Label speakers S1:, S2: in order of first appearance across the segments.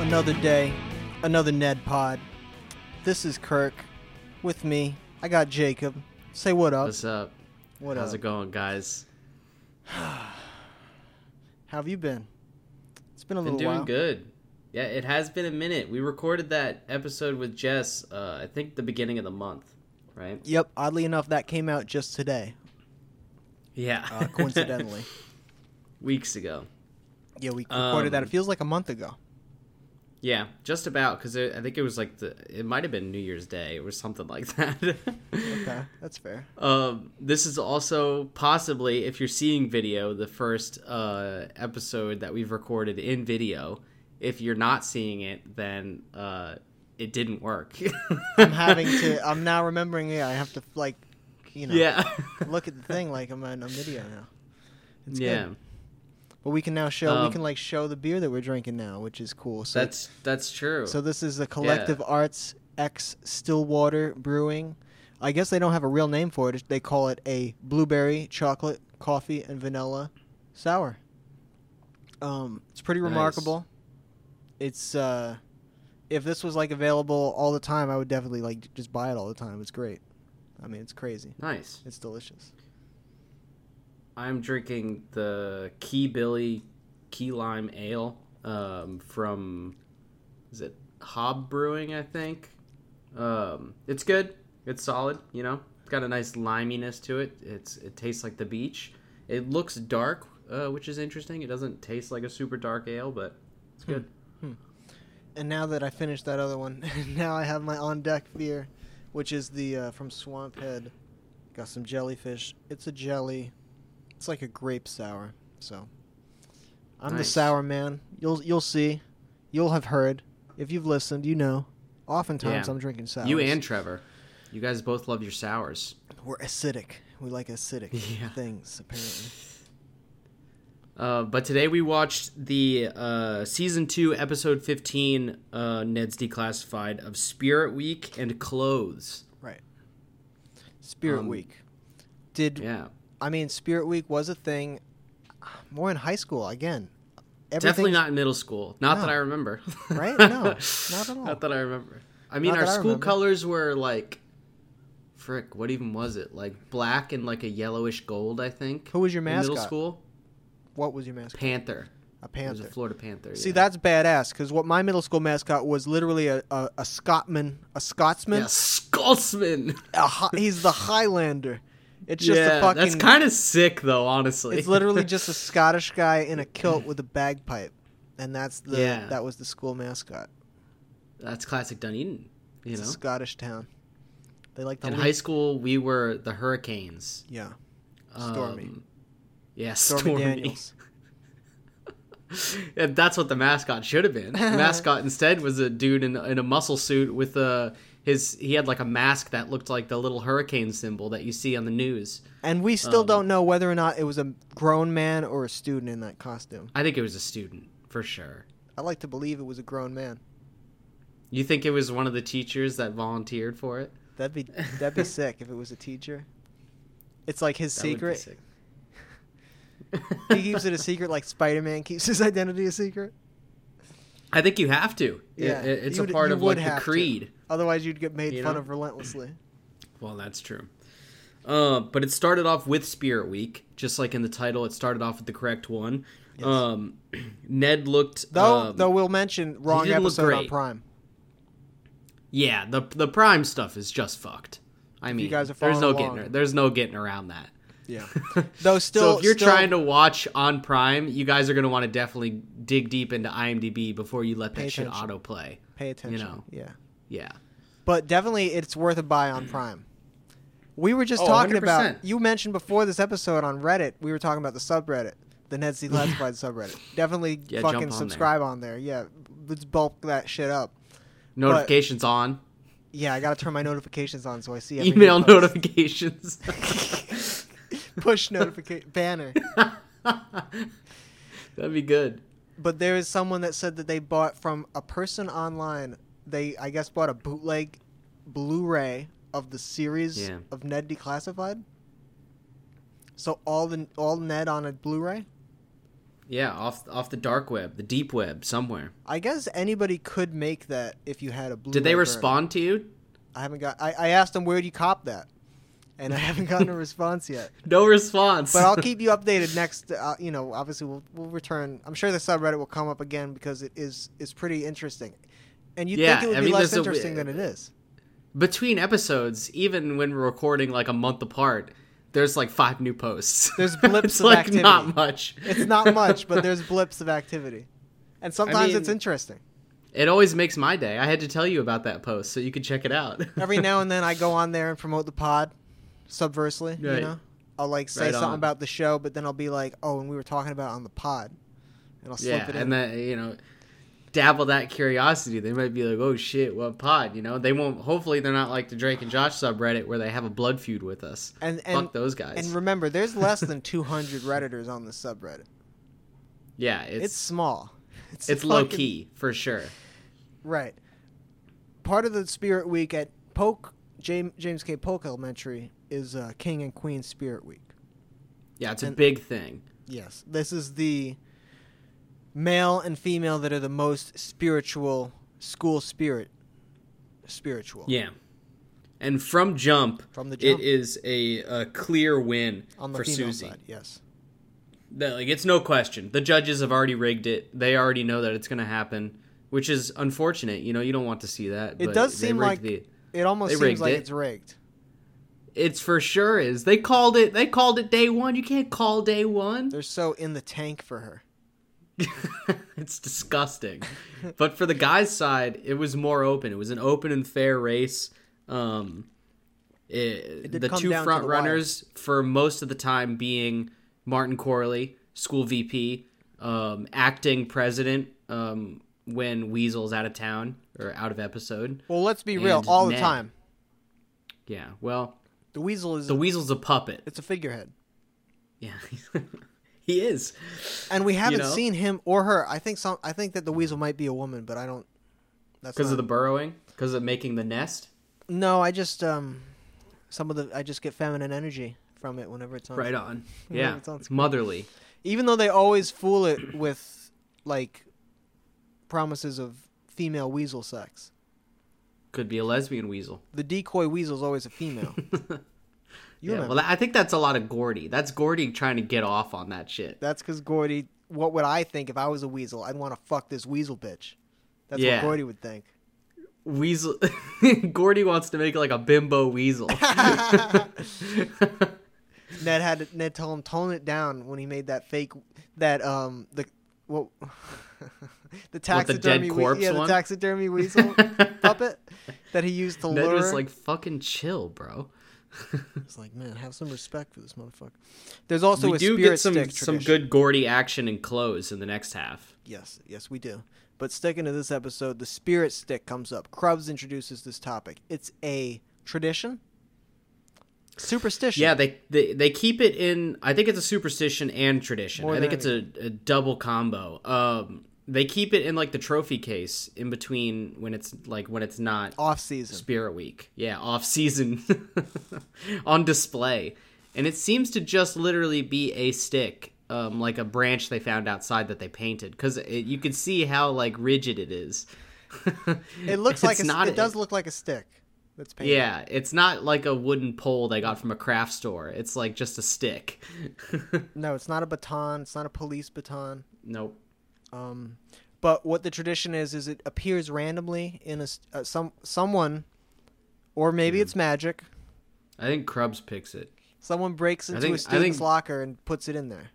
S1: Another day, another Ned Pod. This is Kirk. With me, I got Jacob. Say what up.
S2: What's up?
S1: what
S2: How's
S1: up?
S2: it going, guys?
S1: How have you been? It's been a
S2: Been
S1: little
S2: doing
S1: while.
S2: good. Yeah, it has been a minute. We recorded that episode with Jess, uh, I think the beginning of the month, right?
S1: Yep. Oddly enough, that came out just today,
S2: Yeah.
S1: uh, coincidentally.
S2: Weeks ago.
S1: yeah, we recorded that. It
S2: Um,
S1: feels like a month ago.
S2: Yeah, just about because I think it was like the it might have been New Year's Day or something like that.
S1: Okay, that's fair.
S2: Um, this is also possibly, if you're seeing video, the first uh, episode that we've recorded in video. If you're not seeing it, then uh, it didn't work.
S1: I'm having to. I'm now remembering. Yeah, I have to like, you know,
S2: Yeah.
S1: look at the thing like I'm on a video now. It's
S2: yeah.
S1: good. But we can now show. we
S2: Um,
S1: can like show the beer that we're drinking now, which is cool. So
S2: That's that's true.
S1: So this is the Collective Arts X Stillwater Brewing. I guess they don't have a real name for it. They call it a blueberry chocolate coffee and vanilla sour. Um, it's pretty
S2: Nice.
S1: remarkable. It's uh, if this was like available all the time, I would definitely like just buy it all the time. It's great. I mean, it's crazy.
S2: nice.
S1: It's delicious.
S2: I'm drinking the Key Billy Key Lime Ale um, from is it Hob Brewing? I think um, it's good. It's solid. You know, it's got a nice liminess to it. It's it tastes like the beach. It looks dark, uh, which is interesting. It doesn't taste like a super dark ale, but it's good.
S1: And now that I finished that other one, now I have my on deck beer, which is the uh, from Swamp Head. Got some jellyfish. It's a jelly. It's like a grape sour. So I'm the
S2: Nice.
S1: sour man. You'll you'll see. You'll have heard if you've listened. You know. Oftentimes
S2: Yeah.
S1: I'm drinking sour.
S2: You and Trevor, you guys both love your sours.
S1: we're acidic. We like acidic
S2: Yeah.
S1: things apparently.
S2: Uh, but today we watched the uh, season two, episode fifteen, uh, Ned's Declassified of Spirit Week and Clothes.
S1: Right. Spirit
S2: Um,
S1: Week. Did
S2: Yeah,
S1: I mean Spirit Week was a thing uh, more in high school again.
S2: definitely
S1: Everything's-
S2: not in middle school. Not that
S1: No.
S2: I remember.
S1: Right? No, not at all.
S2: Not that I remember. I mean,
S1: Not
S2: our
S1: that I
S2: school
S1: remember.
S2: colors were like, frick, what even was it? Like black and like a yellowish gold, I think.
S1: Who was your
S2: in Middle
S1: mascot?
S2: school
S1: What was your mascot?
S2: Panther.
S1: A
S2: It was a
S1: panther.
S2: Florida Panther.
S1: See,
S2: yeah.
S1: that's badass. Because what my middle school mascot was literally a, a, a Scotsman, a Scotsman.
S2: yeah, Scotsman.
S1: A hi- he's the Highlander. It's just
S2: yeah,
S1: a fucking.
S2: that's kind of sick though. Honestly,
S1: It's literally just a Scottish guy in a kilt with a bagpipe, and that's the
S2: Yeah.
S1: that was the school mascot.
S2: That's classic Dunedin, you
S1: It's a
S2: know.
S1: Scottish town. They like the
S2: In
S1: lea-
S2: high school, we were the Hurricanes.
S1: yeah Stormy.
S2: Um, yeah,
S1: Stormy,
S2: Stormy.
S1: Daniels.
S2: And that's what the mascot should have been. The mascot instead was a dude in, in a muscle suit with a his. He had like a mask that looked like the little hurricane symbol that you see on the news.
S1: And we still
S2: Um,
S1: don't know whether or not it was a grown man or a student in that costume.
S2: I think it was a student for sure.
S1: I like to believe it was a grown man.
S2: You think it was one of the teachers that volunteered for it?
S1: That'd be that'd be sick if it was a teacher. It's like his
S2: That would be
S1: secret.
S2: sick.
S1: he keeps it a secret like spider-man keeps his identity a secret
S2: I think you have to.
S1: Yeah,
S2: Yeah, it, it's
S1: you
S2: a
S1: would-
S2: part
S1: you
S2: of
S1: would
S2: like the
S1: have to.
S2: creed.
S1: otherwise you'd get made
S2: You
S1: fun
S2: know? Um,
S1: of relentlessly
S2: Well, that's true. Uh, but it started off with Spirit Week, just like in the title. It started off with the correct one. Um, Ned looked
S1: though
S2: um,
S1: though we'll mention wrong
S2: didn't look
S1: episode on
S2: great.
S1: prime
S2: yeah the the Prime stuff is just fucked. I mean,
S1: guys are
S2: there's no
S1: following along.
S2: getting there's no getting around that.
S1: yeah though still
S2: so if you're
S1: still-
S2: trying to watch on Prime, you guys are gonna want to definitely dig deep into IMDb before you let
S1: Pay
S2: that shit
S1: attention.
S2: autoplay.
S1: pay attention
S2: know.
S1: yeah
S2: Yeah,
S1: but definitely it's worth a buy on prime we were just
S2: Oh,
S1: talking about
S2: 100%.
S1: you mentioned before this episode on reddit we were talking about the subreddit the Ned C. Classified subreddit. Definitely
S2: Yeah, jump
S1: fucking
S2: on there.
S1: subscribe on there. Yeah, let's bulk that shit up.
S2: notifications on,
S1: Yeah, I gotta turn my notifications on so I see every new
S2: email
S1: post.
S2: notifications.
S1: push notification banner.
S2: That'd be good.
S1: But there is someone that said that they bought from a person online. They, I guess, bought a bootleg Blu-ray of the series
S2: Yeah.
S1: of Ned Declassified. So all the all Ned on a Blu-ray.
S2: Yeah, off off the dark web, the deep web, somewhere.
S1: I guess anybody could make that if you had a blue.
S2: Did they
S1: light burner.
S2: respond to you?
S1: I haven't got. I, I asked them where would you cop that, and I haven't gotten a response yet.
S2: No response.
S1: But I'll keep you updated next. Uh, you know, obviously we'll we'll return. I'm sure the subreddit will come up again because it is is pretty interesting, and you'd
S2: Yeah,
S1: think it would
S2: I
S1: be
S2: mean,
S1: less
S2: there's a-
S1: interesting than it is.
S2: Between episodes, even when we're recording like a month apart, there's like five new posts.
S1: There's blips
S2: it's
S1: of
S2: like
S1: activity.
S2: not much.
S1: It's not much, but there's blips of activity, and sometimes it's
S2: mean-
S1: interesting.
S2: It always makes my day. I had to tell you about that post so you could check it out.
S1: Every now and then I go on there and promote the pod, subversely. You
S2: Right.
S1: know, I'll like say
S2: Right
S1: something
S2: on.
S1: about the show, but then I'll be like, oh, and we were talking about it on the pod, and I'll slip
S2: yeah,
S1: it in.
S2: and then you know, dabble that curiosity. They might be like, "Oh shit, what pod?" You know, they won't. Hopefully, they're not like the Drake and Josh subreddit where they have a blood feud with us.
S1: and and
S2: Fuck those guys.
S1: and remember, there's less than 200 redditors on the subreddit.
S2: yeah,
S1: It's,
S2: it's
S1: small. It's,
S2: it's, low
S1: fucking-
S2: key for sure.
S1: Right. Part of the Spirit Week at Polk James, James K. Polk Elementary is uh, King and Queen Spirit Week.
S2: Yeah, it's a
S1: And-
S2: big thing.
S1: Yes, this is the male and female that are the most spiritual school spirit. Spiritual.
S2: Yeah, and from jump,
S1: From the jump
S2: it is a, a clear win
S1: on the
S2: for
S1: female
S2: Susie.
S1: side. Yes.
S2: That, like it's no question. The judges have already rigged it. They already know that it's going to happen, which is unfortunate. You know, you don't want to see that.
S1: It
S2: but
S1: does
S2: they
S1: seem
S2: rigged
S1: like
S2: the-
S1: it almost
S2: They
S1: seems
S2: rigged
S1: like
S2: it.
S1: it's rigged.
S2: It's for sure is. They called it. They called it day one. You can't call day one.
S1: They're so in the tank for her.
S2: it's disgusting. but for the guys' side, it was more open. It was an open and fair race. Um, it-
S1: did
S2: the
S1: come
S2: two
S1: down to
S2: front
S1: the wire.
S2: runners for most of the time being Martin Corley, school VP, um, acting president um, when Weasel's out of town or out of episode.
S1: Well, let's be real.
S2: And
S1: All the
S2: Ned.
S1: time,
S2: Yeah. Well,
S1: the weasel is
S2: the Weasel's a puppet.
S1: it's a figurehead,
S2: Yeah. he is.
S1: and we haven't
S2: know?
S1: seen him or her. I think some. I think that the weasel might be a woman, but I don't. That's
S2: Because
S1: not,
S2: of the burrowing? Because of making the nest?
S1: No, I just um, some of the I just get feminine energy from it whenever it's on.
S2: Right on.
S1: Yeah,
S2: Yeah.
S1: that sounds
S2: It's motherly.
S1: Even though they always fool it with like promises of female weasel sex.
S2: Could be a lesbian weasel.
S1: The decoy weasel is always a female. you
S2: yeah.
S1: remember?
S2: Well, I think that's a lot of Gordy. That's Gordy trying to get off on that shit.
S1: That's because Gordy. What would I think if I was a weasel? I'd want to fuck this weasel bitch. That's
S2: Yeah.
S1: what Gordy would think.
S2: Weasel. Gordy wants to make like a bimbo weasel.
S1: Ned had to, Ned tell him tone it down when he made that fake that um the what the
S2: dead
S1: taxidermy wea-
S2: corpse
S1: yeah the
S2: one?
S1: taxidermy weasel puppet that he used to
S2: Ned
S1: lure.
S2: was like, fucking chill, bro.
S1: It's like, man, have some respect for this motherfucker. There's also
S2: we
S1: a
S2: do
S1: spirit
S2: get some
S1: stick
S2: some
S1: tradition.
S2: good Gordy action and clothes in the next half.
S1: Yes, yes, we do. But sticking to this episode, the spirit stick comes up. Krubs introduces this topic. It's a tradition, superstition.
S2: Yeah, they, they they keep it in. I think it's a superstition and tradition.
S1: More
S2: I
S1: than
S2: think it's a, a double combo. Um, they keep it in like the trophy case in between when it's like when it's not
S1: off season.
S2: Spirit Week. Yeah, off season on display, and it seems to just literally be a stick, um, like a branch they found outside that they painted because you can see how like rigid it is.
S1: It looks like
S2: It's
S1: a, s-
S2: not
S1: it does look like a stick. That's painted.
S2: yeah, it's not like a wooden pole they got from a craft store. It's like just a stick.
S1: No, it's not a baton. It's not a police baton.
S2: nope.
S1: Um, but what the tradition is is it appears randomly in a s- uh, some someone, or
S2: Hmm.
S1: maybe it's magic.
S2: I think Krubs picks it.
S1: Someone breaks into
S2: think-
S1: a
S2: I
S1: student's
S2: think-
S1: locker and puts it in there.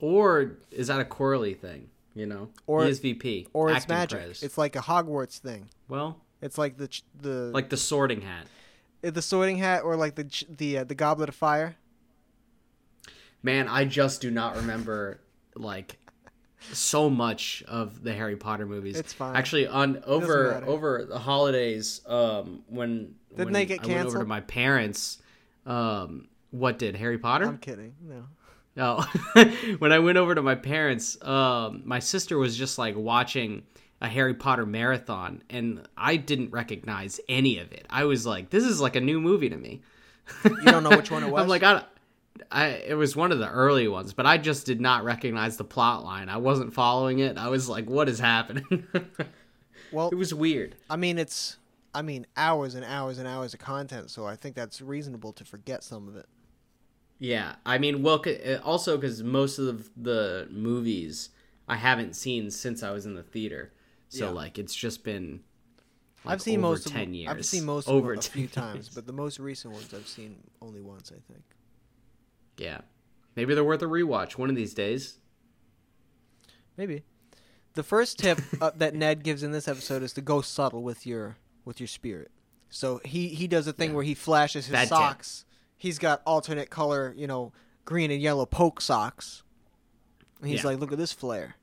S2: Or is that a Corley thing? You know, E
S1: Or-
S2: ESVP
S1: Or it's
S2: acting
S1: magic.
S2: credits.
S1: It's like a Hogwarts thing.
S2: well,
S1: It's like the ch- the eh,
S2: like the Sorting Hat.
S1: the Sorting Hat or like the ch- the uh, the Goblet of Fire.
S2: Man, I just do not remember like so much of the Harry Potter movies.
S1: It's fine.
S2: Actually, on
S1: matter.
S2: over over the holidays, um, when
S1: Didn't
S2: when
S1: they get
S2: I went over
S1: canceled?
S2: to my parents. Um, what did Harry Potter?
S1: I'm kidding. No.
S2: No. Oh, when I went over to my parents, um, my sister was just like watching a Harry Potter marathon, and I didn't recognize any of it. I was like, "This is like a new movie to me."
S1: You don't know which one it was?
S2: I'm like, I, I it was one of the early ones, but I just did not recognize the plot line. I wasn't following it. I was like, "What is happening?"
S1: Well,
S2: it was weird.
S1: I mean, it's I mean hours and hours and hours of content, so I think that's reasonable to forget some of it.
S2: Yeah, I mean, well, c- uh, also because most of the movies I haven't seen since I was in the theater, so
S1: Yeah.
S2: like it's just been. like,
S1: I've seen
S2: over
S1: most of
S2: ten
S1: them.
S2: years.
S1: I've seen most
S2: over
S1: of them a
S2: 10
S1: few times,
S2: years.
S1: but the most recent ones I've seen only once, I think.
S2: yeah, maybe they're worth a rewatch one of these days.
S1: Maybe. The first tip uh, that Ned gives in this episode is to go subtle with your with your spirit. So he he does a thing
S2: Yeah.
S1: where he flashes his
S2: Bad tip.
S1: socks. He's got alternate color, you know, green and yellow poke socks. And he's
S2: Yeah.
S1: like, "Look at this flare."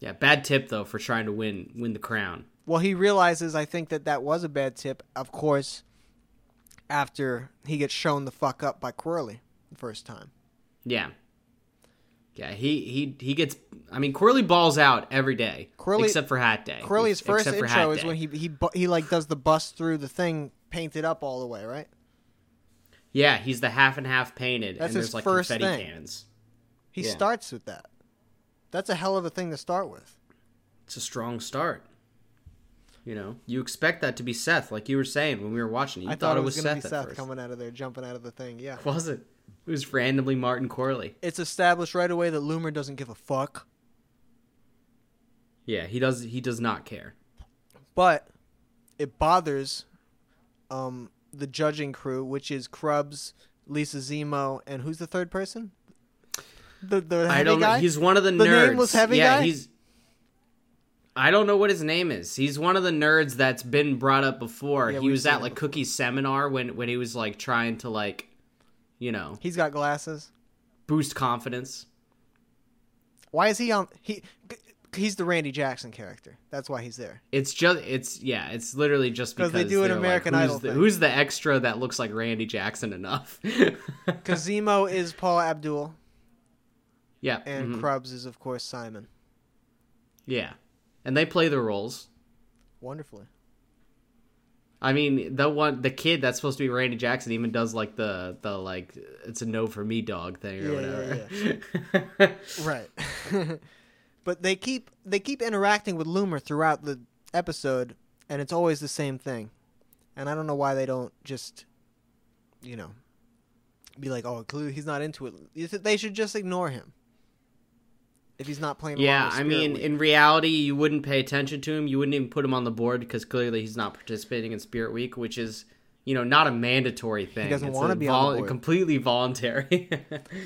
S2: Yeah, bad tip though for trying to win win the crown.
S1: Well, he realizes I think that that was a bad tip. Of course, after he gets shown the fuck up by Quirley the first time.
S2: Yeah. Yeah, he he he gets. I mean, Corley balls out every day,
S1: Corley-
S2: except for Hat Day.
S1: Quirley's
S2: Ex-
S1: first
S2: except for
S1: intro
S2: Hat
S1: is
S2: Day.
S1: when he he bu- he like does the bust through the thing painted up all the way, right?
S2: Yeah, he's the half and half painted,
S1: That's
S2: and there's
S1: his
S2: like
S1: first
S2: confetti
S1: thing.
S2: cannons.
S1: He
S2: Yeah.
S1: starts with that. That's a hell of a thing to start with.
S2: It's a strong start. You know, you expect that to be Seth, like you were saying when we were watching it. You
S1: I thought it was,
S2: Seth,
S1: going to be
S2: at
S1: Seth
S2: first.
S1: coming out of there, jumping out of the thing. Yeah.
S2: It wasn't. It was randomly Martin Corley.
S1: It's established right away that Loomer doesn't give a fuck,
S2: Yeah, he does. He does not care.
S1: but it bothers um, the judging crew, which is Krubs, Lisa Zemo, and who's the third person? The, the heavy
S2: I don't.
S1: guy?
S2: know. He's one of the,
S1: The
S2: nerds.
S1: nameless heavy
S2: yeah,
S1: guy?
S2: he's. I don't know what his name is. He's one of the nerds that's been brought up before.
S1: Yeah,
S2: he
S1: we've
S2: was
S1: seen
S2: at
S1: him
S2: like
S1: before.
S2: Cookie's seminar when when he was like trying to like, you know,
S1: He's got glasses.
S2: boost confidence.
S1: Why is he on? He he's the Randy Jackson character. That's why he's there.
S2: It's just it's yeah. It's literally just
S1: 'Cause
S2: because
S1: they do an
S2: they're like,
S1: American
S2: who's
S1: Idol
S2: The,
S1: thing.
S2: Who's the extra that looks like Randy Jackson enough?
S1: Because Zemo is Paul Abdul,
S2: yeah,
S1: and
S2: mhm,
S1: Krubs is of course Simon.
S2: yeah, and they play the roles.
S1: Wonderfully.
S2: I mean, the one the kid that's supposed to be Randy Jackson even does like the the like it's a no for me dog thing or
S1: Yeah,
S2: whatever.
S1: Right. but they keep they keep interacting with Loomer throughout the episode and it's always the same thing. And I don't know why they don't just you know be like, "Oh, clearly he's not into it." You th- They should just ignore him. If he's not playing along
S2: yeah,
S1: with
S2: I
S1: Spirit
S2: mean,
S1: Week.
S2: in reality, you wouldn't pay attention to him. You wouldn't even put him on the board because clearly he's not participating in Spirit Week, which is you know not a mandatory thing.
S1: doesn't
S2: It's
S1: wanna
S2: a
S1: be on the board.
S2: Completely voluntary.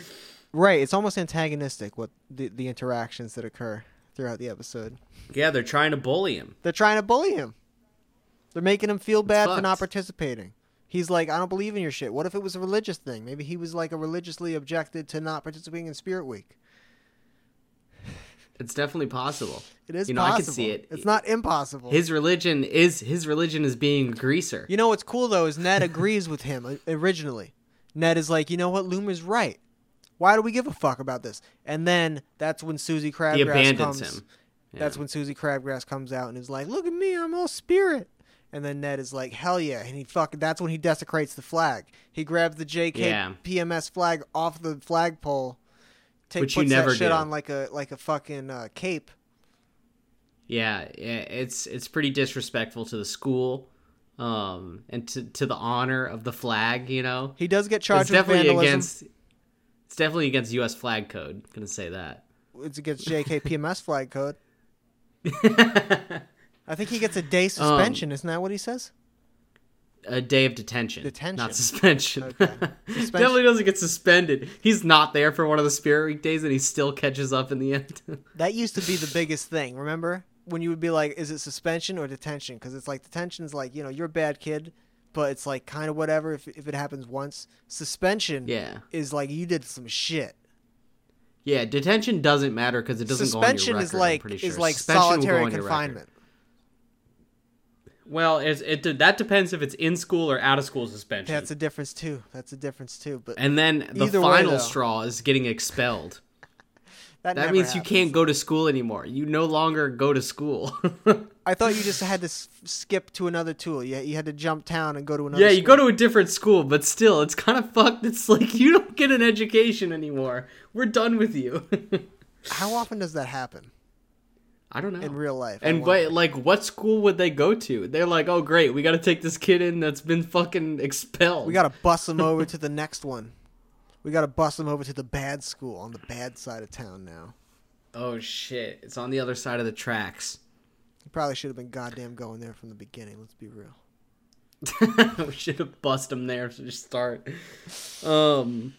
S1: right, it's almost antagonistic what the the interactions that occur throughout the episode.
S2: yeah, they're trying to bully him.
S1: They're trying to bully him. They're making him feel bad for
S2: fucked.
S1: not participating. He's like, I don't believe in your shit. What if it was a religious thing? Maybe he was like a religiously objected to not participating in Spirit Week.
S2: It's definitely possible.
S1: It is
S2: You know, I
S1: possible.
S2: can see it.
S1: It's not impossible.
S2: His religion is his religion is being a greaser.
S1: you know what's cool though is Ned agrees with him o- originally. Ned is like, you know what, Loomer's right. Why do we give a fuck about this? And then that's when Susie Crabgrass
S2: He abandons
S1: comes.
S2: him.
S1: That's
S2: Yeah.
S1: when Susie Crabgrass comes out and is like, "Look at me, I'm all spirit." And then Ned is like, "Hell yeah!" And he fuck. That's when he desecrates the flag. He grabs the JK
S2: Yeah.
S1: PMS flag off the flagpole. Take,
S2: Which
S1: puts
S2: you never
S1: that shit
S2: do.
S1: on like a like a fucking uh, cape.
S2: Yeah, yeah, it's it's pretty disrespectful to the school, um, and to to the honor of the flag. You know,
S1: He does get charged
S2: it's
S1: with
S2: definitely
S1: vandalism.
S2: against. It's definitely against U.S. flag code. Gonna say that.
S1: It's against JK PMS flag code. I think he gets a
S2: Um,
S1: day suspension. Isn't that what he says?
S2: A day of detention,
S1: Detention.
S2: not suspension.
S1: Okay.
S2: definitely doesn't get suspended. He's not there for one of the spirit week days, and he still catches up in the end.
S1: That used to be the biggest thing. Remember when you would be like, "Is it suspension or detention?" Because it's like detention's like you know you're a bad kid, but it's like kind of whatever if if it happens once. Suspension
S2: yeah,
S1: is like you did some shit.
S2: yeah. Detention doesn't matter because it doesn't
S1: suspension
S2: go on your record,
S1: is
S2: I'm
S1: like
S2: pretty sure.
S1: is like
S2: Suspension will go
S1: solitary
S2: on your record.
S1: confinement.
S2: Well, it's, it that depends if it's in school or out of school suspension.
S1: That's a difference too. That's a difference too. But
S2: And then the
S1: Either way,
S2: final
S1: though.
S2: straw is getting expelled. That, means you can't go to school anymore. You no longer go to school.
S1: I thought you just had to s- skip to another tool. Yeah, you had to jump town and go to another.
S2: yeah, you
S1: school.
S2: go to a different school, but still, it's kind of fucked. It's like you don't get an education anymore. We're done with you.
S1: How often does that happen
S2: I don't know.
S1: in real life? I
S2: and
S1: wonder.
S2: what, like, what school would they go to? They're like, oh, great, we got to take this kid in that's been fucking expelled.
S1: we gotta bus them over to the next one. We gotta bus them over to the bad school on the bad side of town now.
S2: Oh shit! It's on the other side of the tracks.
S1: You probably should have been goddamn going there from the beginning. Let's be real.
S2: we should have bust him there to just start. Um.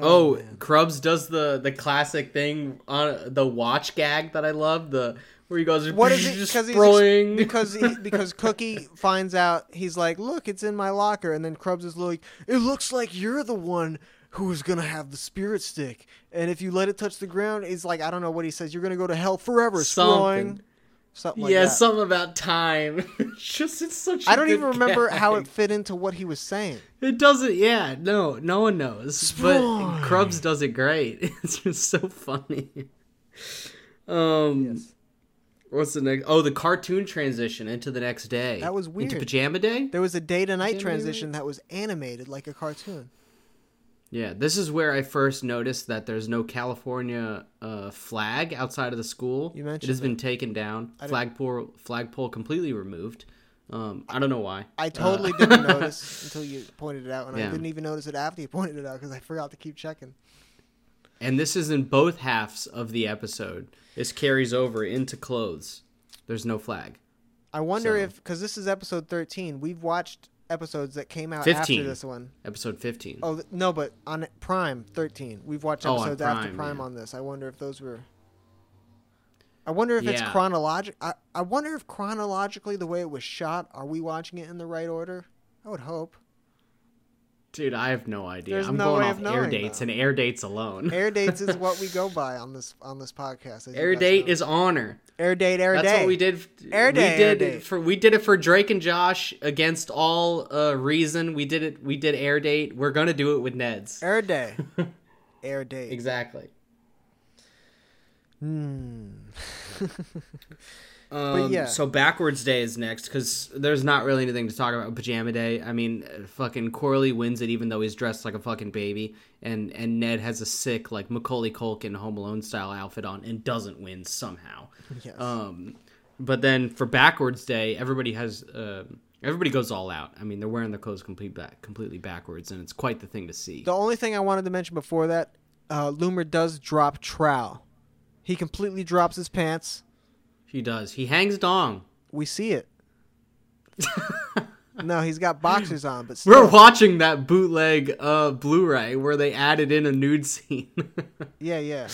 S2: Oh,
S1: man.
S2: Krubs does the the classic thing on the watch gag that I love. The where he goes,
S1: What is it?
S2: just
S1: Because he's
S2: throwing.
S1: ex- because he, because Cookie finds out he's like, look, it's in my locker, and then Krubs is like, it looks like you're the one who is gonna have the spirit stick, and if you let it touch the ground, it's like I don't know what he says. You're gonna go to hell forever,
S2: Something.
S1: Sproing. Something like
S2: yeah,
S1: that.
S2: something about time. It's just it's such. I
S1: I don't even remember how it fit into what he was saying.
S2: It doesn't. Yeah, no, no one knows.
S1: Sprite.
S2: But Krubs does it great. It's just so funny. Um, what's the next? Oh, the cartoon transition into the next day.
S1: That was
S2: Into
S1: weird.
S2: pajama day.
S1: There was a day to night
S2: Animated?
S1: transition that was animated like a cartoon.
S2: Yeah, this is where I first noticed that there's no California uh, flag outside of the school.
S1: You mentioned
S2: it has been taken down. Flagpole flagpole completely removed. Um, I don't know why.
S1: I totally didn't notice until you pointed it out, and I
S2: Yeah.
S1: didn't even notice it after you pointed it out because I forgot to keep checking.
S2: And this is in both halves of the episode. This carries over into clothes. There's no flag.
S1: I wonder
S2: So-
S1: if because this is episode thirteen, we've watched episodes that came out
S2: 15.
S1: after this one.
S2: Episode 15.
S1: Oh th- no, but on Prime thirteen, we've watched
S2: Oh, on
S1: episodes after
S2: Prime,
S1: Prime
S2: yeah.
S1: on this. I wonder if those were. I wonder if it's
S2: Yeah.
S1: chronological. I, I wonder if chronologically the way it was shot, are we watching it in the right order? I would hope.
S2: Dude, I have no idea.
S1: There's
S2: I'm
S1: no
S2: going
S1: way
S2: off
S1: of
S2: air
S1: knowing,
S2: dates
S1: though.
S2: and air dates alone. Air,
S1: Air dates is what we go by on this on this podcast. as you guys
S2: date
S1: know.
S2: is honor.
S1: air date air
S2: That's
S1: day.
S2: what we did.
S1: Air day,
S2: we did
S1: air
S2: it
S1: date.
S2: for we did it for Drake and Josh against all uh, reason. We did it. We did air date. We're gonna do it with Ned's.
S1: Air day. air date.
S2: exactly.
S1: But
S2: Hmm. Um,
S1: yeah.
S2: So backwards day is next because there's not really anything to talk about. with Pajama day. I mean, uh, fucking Corley wins it even though he's dressed like a fucking baby, and and Ned has a sick like Macaulay Culkin Home Alone style outfit on and doesn't win somehow.
S1: Yes.
S2: Um, but then for backwards day, everybody has um everybody goes all out. I mean, they're wearing their clothes complete back, completely backwards, and it's quite the thing to see.
S1: The only thing I wanted to mention before that, uh, Loomer does drop Trow. He completely drops his pants.
S2: He does. He hangs dong.
S1: We see it. no, he's got boxers on, but
S2: We're
S1: still,
S2: watching that bootleg uh, Blu-ray where they added in a nude scene.
S1: yeah, yeah.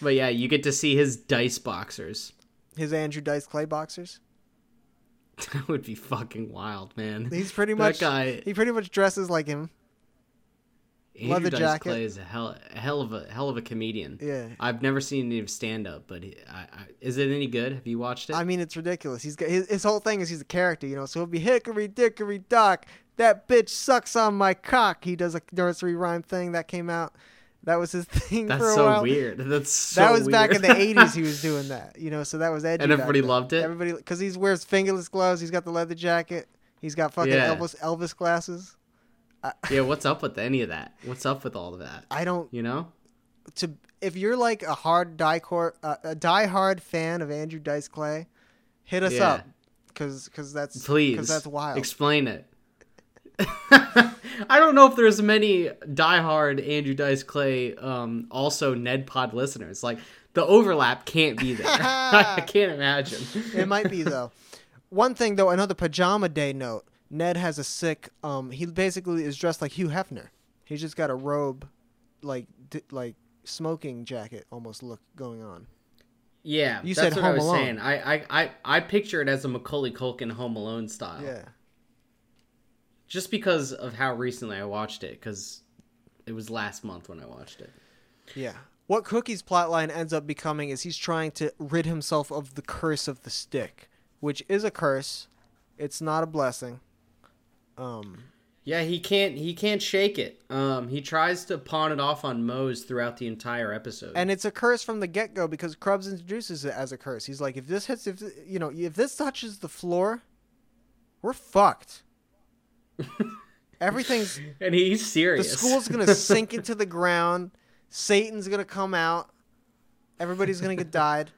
S2: but yeah, you get to see his dice boxers.
S1: His Andrew Dice Clay boxers.
S2: That would be fucking wild, man.
S1: He's pretty
S2: That
S1: much
S2: guy-
S1: he pretty much dresses like him.
S2: Andrew
S1: leather
S2: Dice
S1: jacket.
S2: Clay is a hell, a hell of a hell of a comedian.
S1: Yeah.
S2: I've never seen any of stand up, but he, I, I, is it any good? Have you watched it?
S1: I mean, it's ridiculous. He's got, his, his whole thing is he's a character, you know. So it'll be Hickory Dickory Dock. That bitch sucks on my cock. He does a nursery rhyme thing that came out. That was his thing
S2: That's
S1: for a
S2: so
S1: while.
S2: weird. That's so
S1: that was back in
S2: weird.
S1: the 80s he was doing that you know so that was edgy
S2: And
S1: back
S2: everybody
S1: then.
S2: loved it?
S1: everybody because he wears fingerless gloves he's got the leather jacket he's got fucking
S2: Yeah.
S1: elvis elvis glasses
S2: yeah, what's up with any of that? What's up with all of that?
S1: i don't
S2: You know?
S1: to if you're like a hard die cor- uh, a die hard fan of andrew dice clay hit us
S2: Yeah.
S1: up because because that's
S2: Please.
S1: because that's wild
S2: Explain it. I don't know if there's many diehard Andrew Dice Clay, um, also Ned Pod listeners. Like, the overlap can't be there. I can't imagine.
S1: it might be though one thing though another pajama day note ned has a sick um he basically is dressed like hugh hefner he's just got a robe like d- like smoking jacket almost look going on
S2: Yeah,
S1: You said
S2: that's what I
S1: Home
S2: was
S1: Alone.
S2: saying. I, I, I, I picture it as a Macaulay Culkin Home Alone style.
S1: yeah
S2: Just because of how recently I watched it, because it was last month when I watched it.
S1: yeah what cookie's plotline ends up becoming is he's trying to rid himself of the curse of the stick which is a curse it's not a blessing um
S2: Yeah, he can't he can't shake it. Um, he tries to pawn it off on Moe's throughout the entire episode.
S1: And it's a curse from the get go because Krubs introduces it as a curse. He's like, if this hits, if you know, if this touches the floor, we're fucked. Everything's
S2: and he's
S1: the
S2: serious.
S1: school's gonna sink into the ground. Satan's gonna come out. Everybody's gonna get died.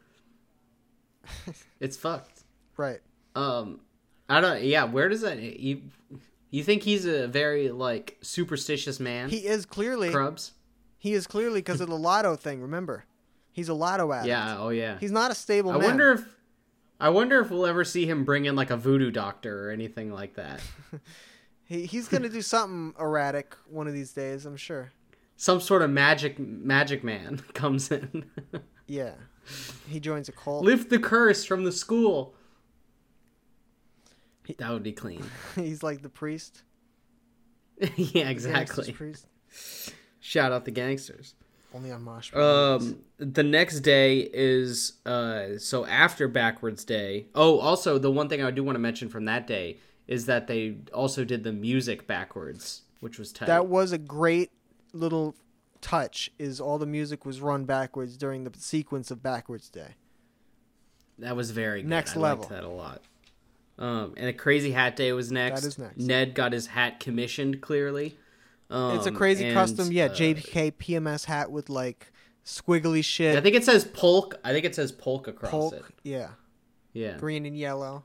S2: it's fucked.
S1: Right.
S2: Um, I don't. Yeah, where does that? You, you think he's a very like superstitious man,
S1: He is clearly
S2: Krubs?
S1: he is clearly because of the lotto thing. Remember, he's a lotto addict.
S2: Yeah. Oh yeah.
S1: He's not a stable
S2: I
S1: man.
S2: wonder if I wonder if we'll ever see him bring in like a voodoo doctor or anything like that.
S1: He, he's gonna do something erratic one of these days. I'm sure.
S2: Some sort of magic magic man comes in.
S1: Yeah. He joins a cult.
S2: Lift the curse from the school. That would be clean.
S1: he's like the priest.
S2: yeah,
S1: Gangster's
S2: exactly.
S1: Priest.
S2: Shout out the gangsters.
S1: Only on mosh. Pit.
S2: Um, the next day is uh, so after Backwards Day. Oh, also the one thing I do want to mention from that day is that they also did the music backwards, which was tight.
S1: that was a great little touch. Is all the music was run backwards during the sequence of Backwards Day.
S2: That was very good.
S1: Next
S2: I
S1: level.
S2: Liked that a lot. Um, and a crazy hat day was next.
S1: is next.
S2: Ned got his hat commissioned. Clearly, um,
S1: It's a crazy
S2: and,
S1: custom. Yeah,
S2: uh,
S1: JK PMS hat with like squiggly shit.
S2: I think it says polk. I think it says polk across
S1: Polk.
S2: it.
S1: Yeah,
S2: Yeah,
S1: green and yellow.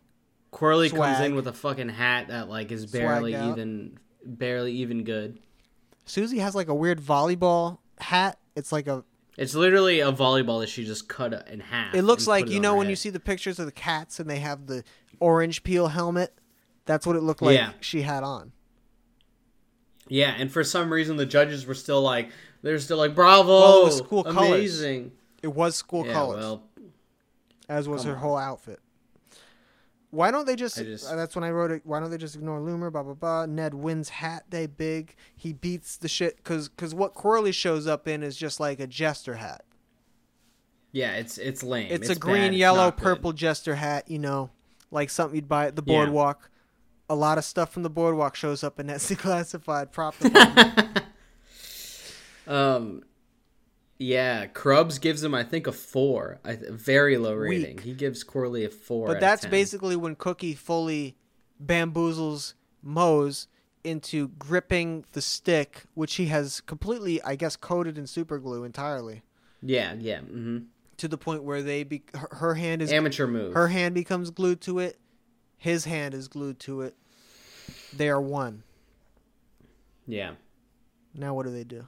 S2: Quirly comes
S1: Swag.
S2: in with a fucking hat that like is barely
S1: Swagged out.
S2: even, barely even good.
S1: Susie has like a weird volleyball hat. It's like a.
S2: It's literally a volleyball that she just cut in half.
S1: It looks
S2: and
S1: like
S2: put it
S1: you
S2: on
S1: know
S2: her
S1: when you
S2: head.
S1: see the pictures of the cats and they have the orange peel helmet. That's what it looked like
S2: Yeah.
S1: she had on.
S2: Yeah, and for some reason the judges were still like, they're still like, bravo,
S1: Well, Oh, it was school colours.
S2: amazing.
S1: It was school
S2: Yeah,
S1: colors,
S2: well,
S1: as was her whole outfit. Why don't they just,
S2: I just-
S1: uh, That's when I wrote it. Why don't they just ignore Loomer? Blah blah blah. Ned wins hat day big. He beats the shit because because what Corley shows up in is just like a jester hat.
S2: yeah, it's it's lame.
S1: It's, a
S2: bad,
S1: green,
S2: it's
S1: yellow,
S2: not good.
S1: purple jester hat. You know, like something you'd buy at the
S2: Yeah.
S1: boardwalk. A lot of stuff from the boardwalk shows up in that classified prop. department.
S2: Um, yeah, Krubs gives him, I think, a four, a th- very low rating.
S1: Weak.
S2: He gives Corley a four. out
S1: but
S2: of
S1: that's
S2: 10.
S1: basically when Cookie fully bamboozles Moe's into gripping the stick, which he has completely, I guess, coated in super glue entirely,
S2: yeah, yeah, hmm
S1: to the point where they be- her, her hand is
S2: amateur move.
S1: her hand becomes glued to it, his hand is glued to it. They are one.
S2: yeah,
S1: Now what do they do?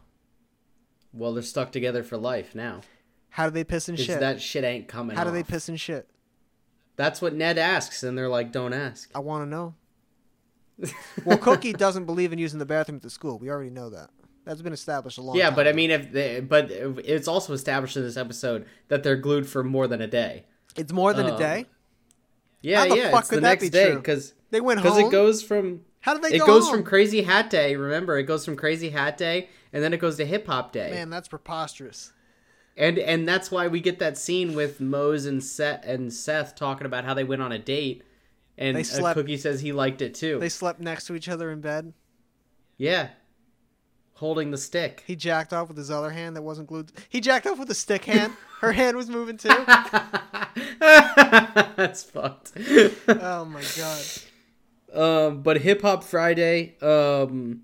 S2: well, they're stuck together for life now.
S1: How do they piss and
S2: 'Cause
S1: shit?
S2: That shit ain't coming.
S1: How do they
S2: off.
S1: piss and shit?
S2: That's what Ned asks, and they're like, "Don't ask."
S1: I want to know. Well, Cookie doesn't believe in using the bathroom at the school. We already know that. That's been established a long
S2: yeah,
S1: time.
S2: but I
S1: ago.
S2: mean, if they, but it's also established in this episode that they're glued for more than a day.
S1: it's more than a
S2: um,
S1: day.
S2: Yeah,
S1: How the
S2: yeah,
S1: fuck
S2: it's
S1: could
S2: the
S1: that
S2: next
S1: be
S2: day
S1: true?
S2: because
S1: They went
S2: because
S1: home.
S2: it goes from
S1: How do they
S2: it
S1: go
S2: goes
S1: home?
S2: from crazy hat day remember it goes from crazy hat day and then it goes to hip hop day
S1: Man, that's preposterous.
S2: and and that's why we get that scene with Mose and Seth and Seth talking about how they went on a date and
S1: They
S2: uh,
S1: slept-
S2: Cookie says he liked it too
S1: They slept next to each other in bed.
S2: yeah holding the stick
S1: He jacked off with his other hand that wasn't glued. He jacked off with a stick hand. Her hand was moving too.
S2: that's fucked
S1: Oh my god.
S2: um but hip hop Friday um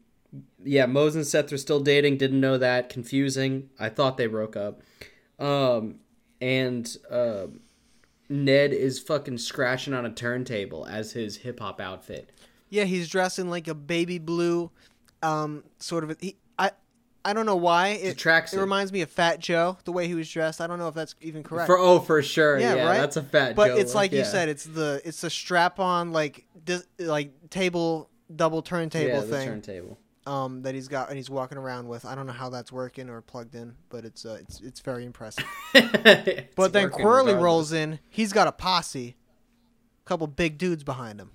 S2: yeah Mose and Seth are still dating didn't know that confusing I thought they broke up um and um Ned is fucking scratching on a turntable as his hip hop outfit.
S1: Yeah, he's dressed in like a baby blue, um, sort of. A, he, I, I don't know why it
S2: tracksuit.
S1: It reminds me of Fat Joe the way he was dressed. I don't know if that's even correct.
S2: For oh, for sure, yeah,
S1: Yeah, right?
S2: that's a fat.
S1: but
S2: Joe
S1: it's
S2: look,
S1: like you
S2: yeah.
S1: said, it's the it's the strap on like dis, like table double turntable
S2: yeah, the
S1: thing.
S2: turntable.
S1: um, that he's got and he's walking around with. I don't know how that's working or plugged in, but it's uh, it's it's very impressive. but then Quirly rolls in. He's got a posse, a couple big dudes behind him,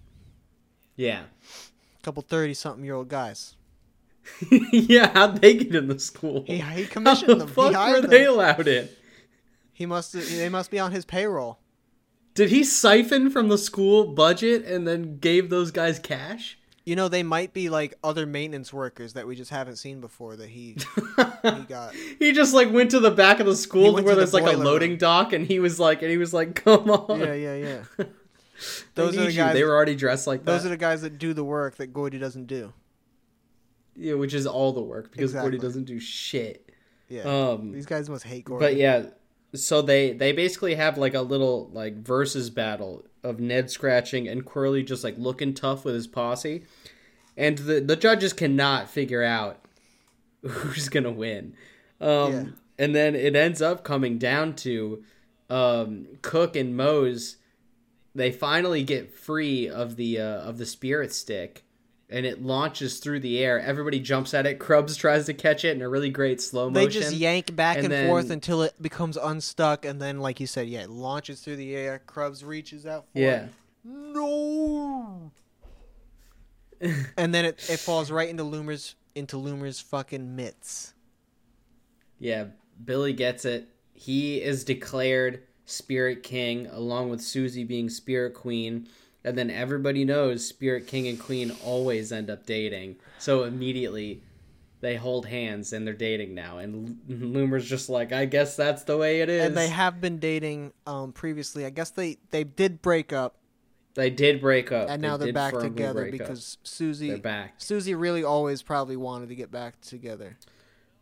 S2: Yeah,
S1: a couple thirty-something-year-old guys.
S2: yeah. How'd they get in the school?
S1: He, he
S2: How
S1: commissioned
S2: the
S1: them. he
S2: fuck were
S1: hired them.
S2: they allowed in?
S1: He must they must be on his payroll.
S2: Did he siphon from the school budget and then gave those guys cash?
S1: You know, they might be like other maintenance workers that we just haven't seen before that he he got.
S2: He just like went to the back of the
S1: He
S2: school
S1: went
S2: where
S1: to the
S2: there's like a
S1: boiler
S2: loading
S1: room.
S2: dock, and he was like, and he was like, come on.
S1: Yeah, yeah, yeah.
S2: They
S1: Those are
S2: need
S1: the
S2: you.
S1: guys.
S2: They were already dressed like
S1: those
S2: that,
S1: are the guys that do the work that Goity doesn't do.
S2: yeah, which is all the work because Gordy
S1: Exactly.
S2: doesn't do shit.
S1: Yeah.
S2: Um,
S1: These guys must hate Gordy.
S2: But yeah, so they they basically have like a little like versus battle of Ned scratching and Quirley just like looking tough with his posse, and the the judges cannot figure out who's gonna win. Um,
S1: Yeah.
S2: And then it ends up coming down to um, Cook and Mose. They finally get free of the uh, of the spirit stick, and it launches through the air. Everybody jumps at it. Krubs tries to catch it in a really great slow
S1: They
S2: motion.
S1: just yank back and,
S2: and then-
S1: forth until it becomes unstuck, and then, like you said, yeah, it launches through the air. Krubs reaches out for
S2: yeah.
S1: it. No. and then it, it falls right into Loomer's into Loomer's fucking mitts.
S2: Yeah, Billy gets it. He is declared Spirit King, along with Susie being Spirit Queen. And then everybody knows Spirit King and Queen always end up dating. So immediately they hold hands and they're dating now. And L- Loomer's just like, I guess that's the way it is.
S1: And they have been dating um, previously. I guess they they did break up,
S2: They did break up.
S1: and
S2: They
S1: now they're
S2: did
S1: back
S2: firmly
S1: together
S2: break up.
S1: because
S2: they're
S1: Susie
S2: back.
S1: Susie really always probably wanted to get back together.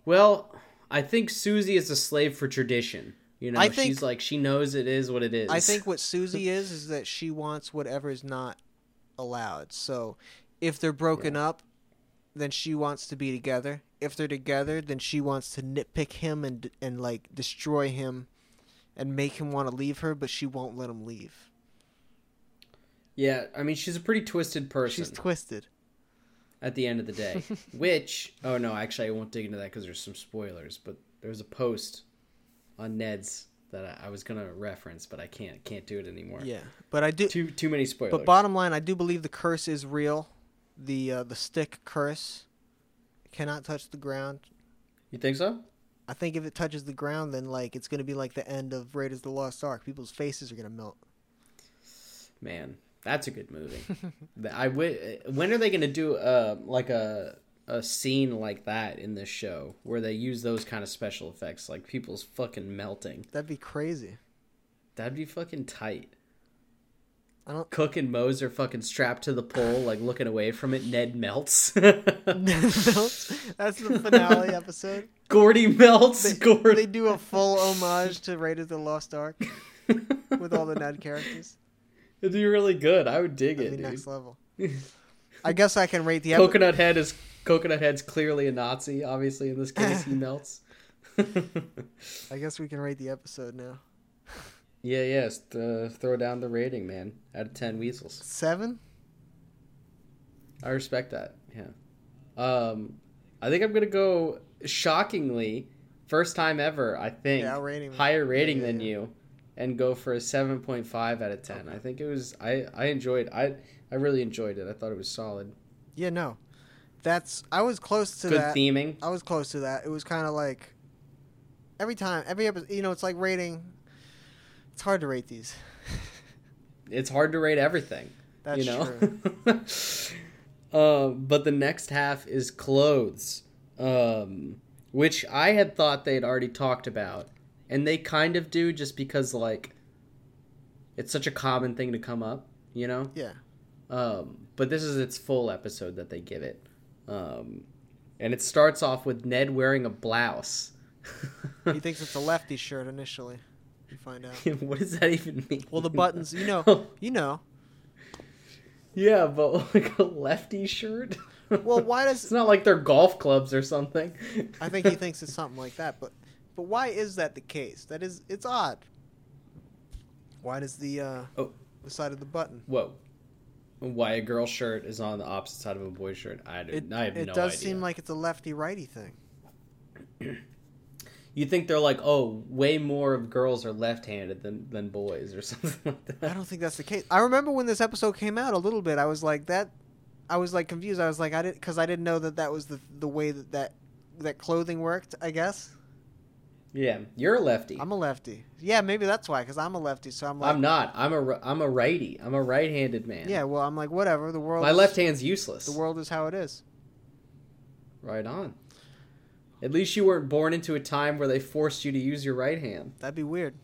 S2: Well, I think Susie is a slave for tradition. You know,
S1: I think-
S2: she's like, she knows it is what it is.
S1: I think what Susie is is that she wants whatever is not allowed. So if they're broken up, then she wants to be together. If they're together, then she wants to nitpick him and and like destroy him and make him want to leave her, but she won't let him leave.
S2: Yeah, I mean, she's a pretty twisted person.
S1: She's twisted.
S2: at the end of the day. Which, oh no, actually, I won't dig into that because there's some spoilers. But there's a post on Ned's that I, I was gonna reference, but I can't can't do it anymore.
S1: Yeah. But I do
S2: too too many spoilers.
S1: but bottom line, I do believe the curse is real. The uh, the stick curse cannot touch the ground.
S2: you think so?
S1: I think if it touches the ground, then like it's gonna be like the end of Raiders of the Lost Ark. People's faces are gonna melt.
S2: Man, that's a good movie. The- I w- when are they gonna do uh like a a scene like that in this show where they use those kind of special effects, like people's fucking melting?
S1: That'd be crazy.
S2: That'd be fucking tight.
S1: I don't-
S2: Cook and Mose are fucking strapped to the pole, like looking away from it. Ned melts.
S1: That's the finale episode.
S2: Gordy melts.
S1: They
S2: Gordy.
S1: do a full homage to Raiders of the Lost Ark with all the Ned characters.
S2: It'd be really good. I would dig
S1: That'd
S2: it,
S1: be
S2: dude.
S1: next level. I guess I can rate the episode.
S2: Coconut Head is Coconut Head's clearly a Nazi. Obviously, in this case, he melts.
S1: I guess we can rate the episode now.
S2: yeah, yes. th- throw down the rating, man. Out of ten weasels,
S1: Seven.
S2: I respect that. Yeah. Um, I think I'm gonna go shockingly first time ever. I think
S1: Yeah, rating.
S2: higher rating
S1: Yeah,
S2: than
S1: yeah.
S2: you and go for a 7.5 out of 10 i think it was i i enjoyed i i really enjoyed it i thought it was solid
S1: Yeah, no. That's I was close to
S2: good
S1: that.
S2: theming
S1: I was close to that. It was kind of like every time, every episode. You know, it's like rating. It's hard to rate these.
S2: it's hard to rate everything
S1: That's
S2: you
S1: true.
S2: know uh, but the next half is clothes um, which i had thought they'd already talked about and they kind of do just because like it's such a common thing to come up you know
S1: Yeah.
S2: Um, but this is its full episode that they give it. Um, and it starts off with Ned wearing a blouse.
S1: He thinks it's a lefty shirt initially. You find out.
S2: what does that even mean?
S1: Well, the buttons, you know, you know.
S2: yeah, but like a lefty shirt?
S1: Well, why
S2: It's
S1: does
S2: not like they're golf clubs or something.
S1: I think he thinks it's something like that, but but why is that the case? That is it's odd. Why does the uh
S2: Oh.
S1: the side of the button?
S2: Whoa. Why a girl shirt is on the opposite side of a boy shirt? I, do,
S1: It,
S2: I have
S1: it
S2: no
S1: does
S2: idea.
S1: seem like it's a lefty righty thing.
S2: you think they're like, oh, way more of girls are left-handed than, than boys or something like
S1: I
S2: that.
S1: don't think that's the case. I remember when this episode came out a little bit. I was like that. I was like confused. I was like I didn't because I didn't know that that was the the way that that that clothing worked. I guess.
S2: Yeah, you're a lefty.
S1: I'm a lefty. Yeah, maybe that's why, because I'm a lefty. So I'm like,
S2: I'm not. I'm a ri- I'm a righty. I'm a right-handed man.
S1: yeah. Well, I'm like, whatever. The world.
S2: my
S1: is-
S2: left hand's useless.
S1: The world is how it is.
S2: Right on. At least you weren't born into a time where they forced you to use your right hand.
S1: That'd be weird.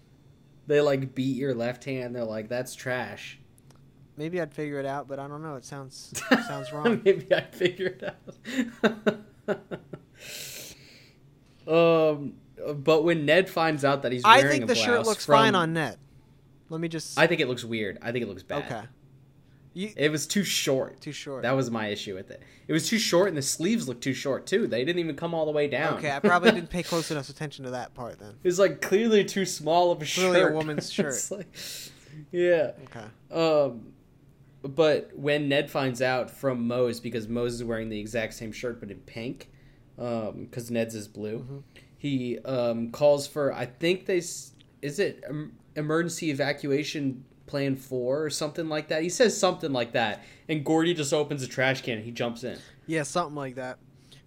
S2: They like beat your left hand. They're like, that's trash.
S1: Maybe I'd figure it out, but I don't know. It sounds sounds wrong.
S2: Maybe I figured it out. um, but when Ned finds out that he's
S1: I
S2: wearing
S1: think
S2: a
S1: the shirt
S2: blouse
S1: looks
S2: from-
S1: fine on net. Let me just.
S2: I think it looks weird. I think it looks bad.
S1: okay. You
S2: It was too short.
S1: too short.
S2: That was my issue with it. It was too short, and the sleeves looked too short too. They didn't even come all the way down.
S1: okay, I probably didn't pay close enough attention to that part then.
S2: It's like clearly too small of a
S1: Clearly a
S2: shirt.
S1: woman's
S2: It's like- yeah.
S1: Okay.
S2: Um, but when Ned finds out from Mose, because Mose is wearing the exact same shirt but in pink, because Ned's is blue, he um, calls for I think they s- is it em- emergency evacuation plan four or something like that. He says something like that, and Gordy just opens a trash can and he jumps in.
S1: Yeah, something like that.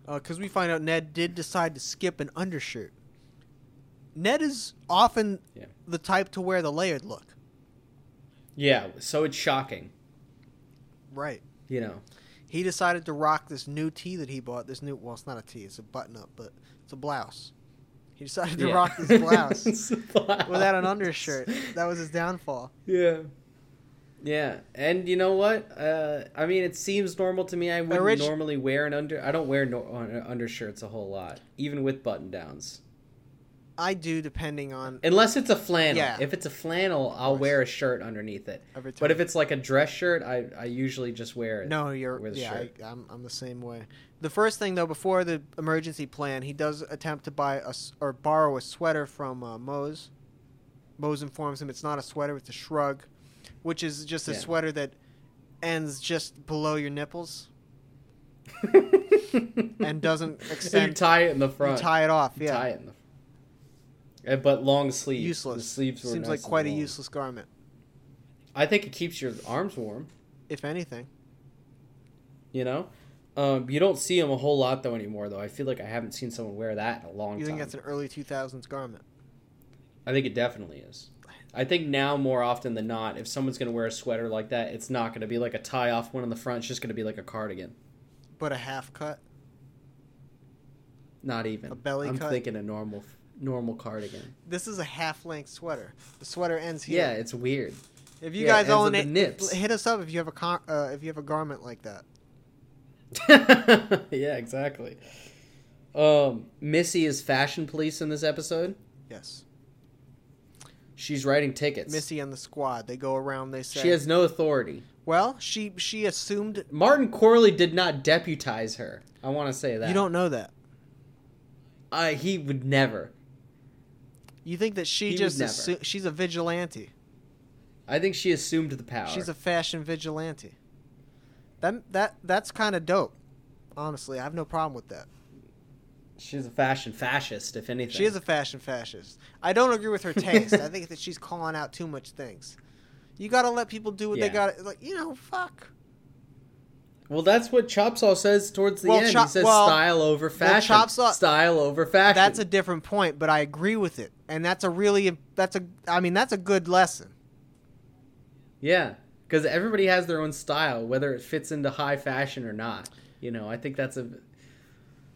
S1: Because we find out Ned did decide to skip an undershirt. Ned is often
S2: Yeah.
S1: the type to wear the layered look.
S2: Yeah, so it's shocking,
S1: Right.
S2: you know.
S1: He decided to rock this new tee that he bought. This new, well, it's not a tee, it's a button up, but it's a blouse. He decided to
S2: Yeah.
S1: rock this blouse
S2: It's a blouse.
S1: without an undershirt. That was his downfall.
S2: Yeah. Yeah, and you know what? Uh, I mean, it seems normal to me. I wouldn't
S1: Orig-
S2: normally wear an under. I don't wear nor- un- undershirts a whole lot, even with button downs,
S1: I do, depending on
S2: unless it's a flannel.
S1: Yeah.
S2: If it's a flannel, I'll
S1: course.
S2: wear a shirt underneath it.
S1: every time.
S2: But if it's like a dress shirt, I I usually just wear it.
S1: No, you're
S2: with a
S1: yeah.
S2: shirt.
S1: I, I'm I'm the same way. The first thing though, before the emergency plan, he does attempt to buy a s- or borrow a sweater from uh, Mose. Mose informs him it's not a sweater; it's a shrug, which is just a
S2: Yeah.
S1: sweater that ends just below your nipples and doesn't
S2: And you
S1: extend.
S2: tie it in the
S1: You
S2: front.
S1: tie it off,
S2: You
S1: yeah.
S2: tie it in the. And- But long sleeves. The
S1: Useless.
S2: sleeves were
S1: Seems
S2: nice
S1: like
S2: and
S1: quite a
S2: long.
S1: useless garment,
S2: I think it keeps your arms warm.
S1: if anything.
S2: You know, um, you don't see them a whole lot though anymore. Though I feel like I haven't seen someone wear that in a long
S1: You
S2: time.
S1: think that's an early 2000s garment?
S2: I think it definitely is. I think now more often than not, if someone's gonna wear a sweater like that, it's not gonna be like a tie off one on the front. It's just gonna be like a cardigan.
S1: But a half cut.
S2: Not even
S1: A belly
S2: I'm
S1: cut?
S2: thinking a normal, normal cardigan.
S1: This is a half-length sweater. The sweater ends here.
S2: Yeah, it's weird.
S1: If you
S2: Yeah,
S1: guys
S2: ends at
S1: own
S2: the
S1: it,
S2: nips.
S1: hit us up if you have a con- uh, if you have a garment like that.
S2: yeah, exactly. Um, Missy is fashion police in this episode.
S1: Yes,
S2: She's writing tickets.
S1: Missy and the squad. They go around. They say,
S2: she has no authority.
S1: "Well, she she assumed
S2: Martin Corley did not deputize her. I want to say that.
S1: you don't know that.
S2: Uh, he would never.
S1: You think that she
S2: He
S1: just
S2: would
S1: assu-
S2: never.
S1: she's a vigilante.
S2: I think she assumed the power.
S1: She's a fashion vigilante. That that that's kind of dope. Honestly, I have no problem with that.
S2: she's a fashion fascist, if anything.
S1: She is a fashion fascist. I don't agree with her taste. I think that she's calling out too much things. You gotta let people do what
S2: Yeah.
S1: they gotta like. You know, fuck.
S2: well, that's what Chopsaw says towards the
S1: Well,
S2: end.
S1: Chop-
S2: he says
S1: well-
S2: style over fashion.
S1: Chopsaw-
S2: style over fashion.
S1: that's a different point, but I agree with it, and that's a really that's a I mean that's a good lesson.
S2: yeah, because everybody has their own style, whether it fits into high fashion or not. You know, I think that's a.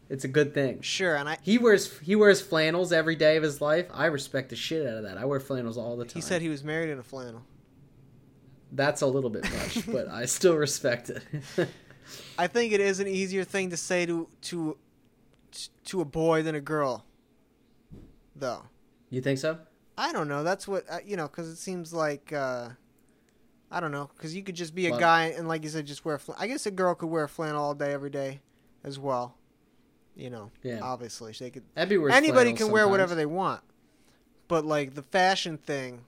S2: It's a good thing.
S1: Sure, and I
S2: He wears he wears flannels every day of his life. I respect the shit out of that. I wear flannels all the time.
S1: he said he was married in a flannel.
S2: that's a little bit much, but I still respect it.
S1: I think it is an easier thing to say to to to a boy than a girl, though.
S2: You think so?
S1: I don't know. That's what uh, you know, because it seems like uh, I don't know, because you could just be a
S2: Well-
S1: guy and like you said, just wear. A fl- I guess a girl could wear a flannel all day, every day, as well. You know,
S2: Yeah.
S1: obviously they could
S2: Abby wears
S1: Uh, anybody
S2: flannels
S1: can wear
S2: sometimes.
S1: whatever they want but like the fashion thing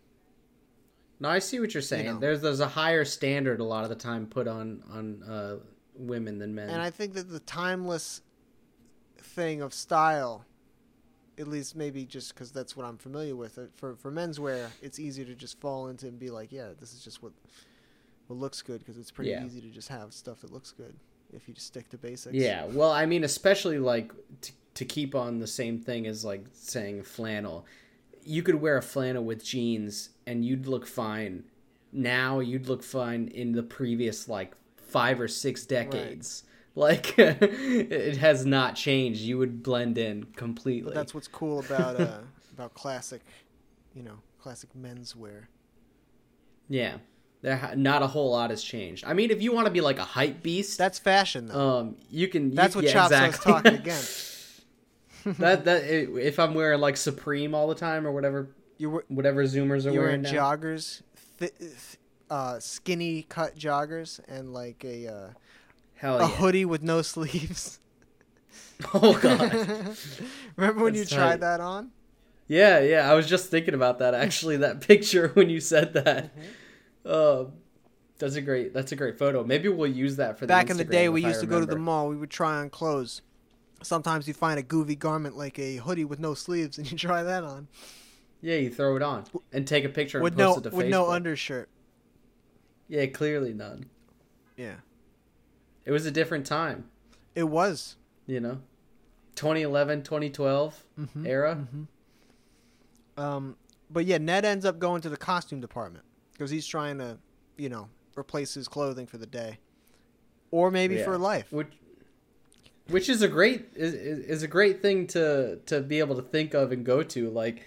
S2: No, I see what you're saying.
S1: know.
S2: There's there's a higher standard a lot of the time put on on uh, women than men.
S1: and i think that the timeless thing of style at least maybe just because that's what i'm familiar with uh, for, for menswear it's easier to just fall into and be like yeah this is just what what looks good because it's pretty
S2: Yeah.
S1: easy to just have stuff that looks good if you just stick to basics
S2: yeah, well, I mean, especially like to to keep on the same thing as like saying flannel. You could wear a flannel with jeans and you'd look fine. Now you'd look fine in the previous like five or six decades. Like it has not changed. You would blend in completely.
S1: But that's what's cool about uh, about classic, you know, classic menswear.
S2: yeah. There ha- not a whole lot has changed. I mean, if you want to be like a hype beast,
S1: That's fashion, though.
S2: um, you can. you-
S1: That's what
S2: yeah,
S1: Chops
S2: exactly.
S1: was talking again.
S2: that that if I'm wearing like Supreme all the time or whatever
S1: You were
S2: whatever Zoomers are
S1: you were
S2: wearing
S1: in
S2: now.
S1: joggers, th- th- uh, skinny cut joggers, and like a uh, a
S2: Hell Oh, yeah!
S1: hoodie with no sleeves.
S2: Oh god!
S1: Remember when
S2: That's
S1: you
S2: tight.
S1: tried that on?
S2: yeah, yeah. I was just thinking about that actually. That picture when you said that.
S1: Mm-hmm.
S2: Um, that's a great. That's a great photo. Maybe we'll use that for the
S1: Back in the
S2: Instagram
S1: day, we
S2: if I
S1: used to go to the
S2: remember.
S1: mall. We would try on clothes. Sometimes you find a goofy garment like a hoodie with no sleeves, and you try that on
S2: Yeah, you throw it on and take a picture and
S1: with
S2: post
S1: no
S2: it to
S1: with
S2: Facebook.
S1: no undershirt.
S2: yeah, clearly none.
S1: Yeah,
S2: It was a different time,
S1: it was.
S2: you know. 2011, 2012
S1: Mm-hmm.
S2: era.
S1: Um, but yeah, Ned ends up going to the costume department because he's trying to, you know, replace his clothing for the day, or maybe
S2: Yeah.
S1: for life.
S2: which which is a great is, is is a great thing to to be able to think of and go to like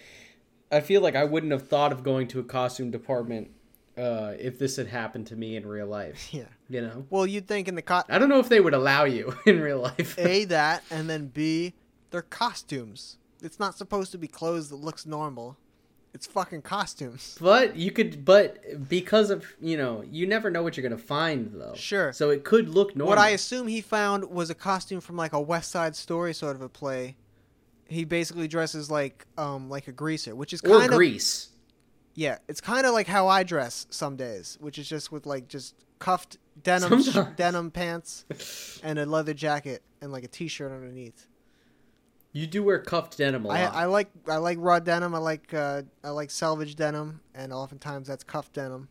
S2: i feel like i wouldn't have thought of going to a costume department uh if this had happened to me in real life
S1: Yeah.
S2: you know
S1: Well, you'd think in the co-
S2: i don't know if they would allow you in real life
S1: a that, and then b they're costumes. It's not supposed to be clothes that looks normal. It's fucking costumes.
S2: but you could but because of you know you never know what you're gonna find though
S1: Sure.
S2: so it could look normal
S1: What I assume he found was a costume from like a West Side Story sort of a play. He basically dresses like um like a greaser, which is
S2: or
S1: kind of
S2: grease
S1: Yeah, it's kind of like how I dress some days, which is just with like just cuffed denim sh-
S2: Sometimes.
S1: denim pants and a leather jacket and like a t-shirt underneath.
S2: you do wear cuffed denim a lot
S1: I, I like I like raw denim. I like uh, I like salvage denim, and oftentimes that's cuff denim.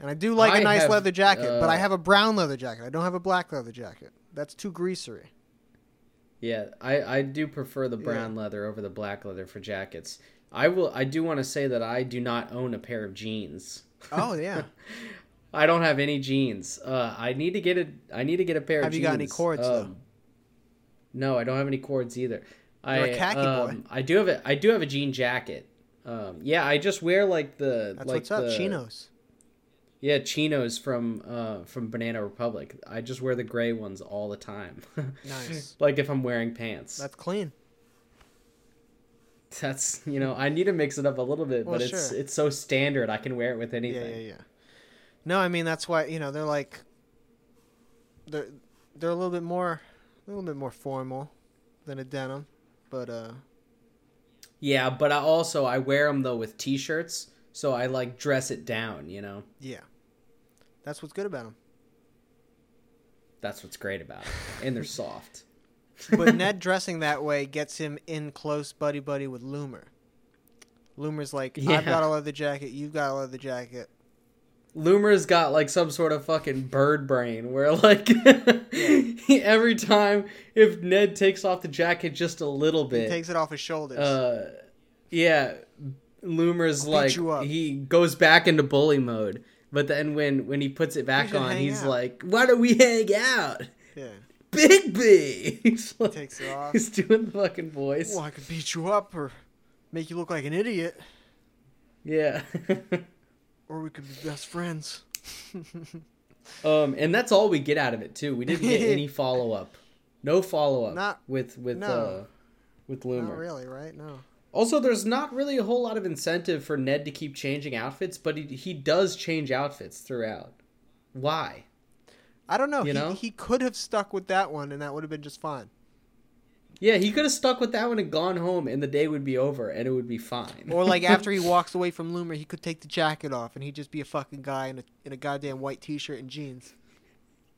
S1: And I do like a
S2: I
S1: nice
S2: have,
S1: leather jacket, but I
S2: uh,
S1: have a brown leather jacket. I don't have a black leather jacket. That's too greasery.
S2: Yeah, I, I do prefer the brown leather over the black leather for jackets. I will I do want to say that I do not own a pair of jeans.
S1: Oh yeah.
S2: I don't have any jeans. Uh, I need to get a I need to get a pair of
S1: Have
S2: jeans. Um,
S1: you got any cords, though?
S2: No, I don't have any cords either. I
S1: You're a khaki boy.
S2: um, I do have a I do have a jean jacket. Um, yeah, I just wear like the
S1: That's
S2: like
S1: what's up,
S2: the-
S1: chinos.
S2: Yeah, chinos from uh, from Banana Republic. I just wear the gray ones all the time.
S1: Nice.
S2: like if I'm wearing pants.
S1: That's clean.
S2: That's you know I need to mix it up a little bit,
S1: Well,
S2: but it's
S1: sure.
S2: it's so standard I can wear it with
S1: Yeah,
S2: anything.
S1: yeah, yeah. No, I mean that's why you know they're like they're they're a little bit more a little bit more formal than a denim, but uh
S2: Yeah, but I also I wear them though with t-shirts, so I like dress it down. You know
S1: yeah, that's what's good about them.
S2: that's what's great about it, and they're soft.
S1: But Ned dressing that way gets him in close buddy buddy with Loomer. Loomer's like,
S2: Yeah.
S1: I've got a leather jacket, you've got a leather jacket.
S2: Loomer's got like some sort of fucking bird brain where like he- every time if Ned takes off the jacket just a little
S1: He
S2: bit,
S1: takes it off his shoulders.
S2: uh, yeah, Loomer's like
S1: you up.
S2: he goes back into bully mode. But then when when he puts it back
S1: should
S2: on,
S1: hang
S2: he's
S1: out.
S2: like, "Why don't we hang out,
S1: yeah.
S2: Big B?" He's like,
S1: Takes it off.
S2: He's doing the fucking voice.
S1: Well, I could beat you up or make you look like an idiot,
S2: Yeah.
S1: or we could be best friends.
S2: um, and that's all we get out of it too. We didn't get any follow up. No follow up.
S1: Not-
S2: with with
S1: no.
S2: uh, with Loomer.
S1: Not really, right? No.
S2: Also, there's not really a whole lot of incentive for Ned to keep changing outfits, but he he does change outfits throughout. Why?
S1: I don't know.
S2: You
S1: he,
S2: know?
S1: he could have stuck with that one, and that would have been just fine.
S2: Yeah, he could have stuck with that one and gone home, and the day would be over, and it would be fine.
S1: Or like after he walks away from Loomer, he could take the jacket off, and he'd just be a fucking guy in a in a goddamn white t-shirt and jeans.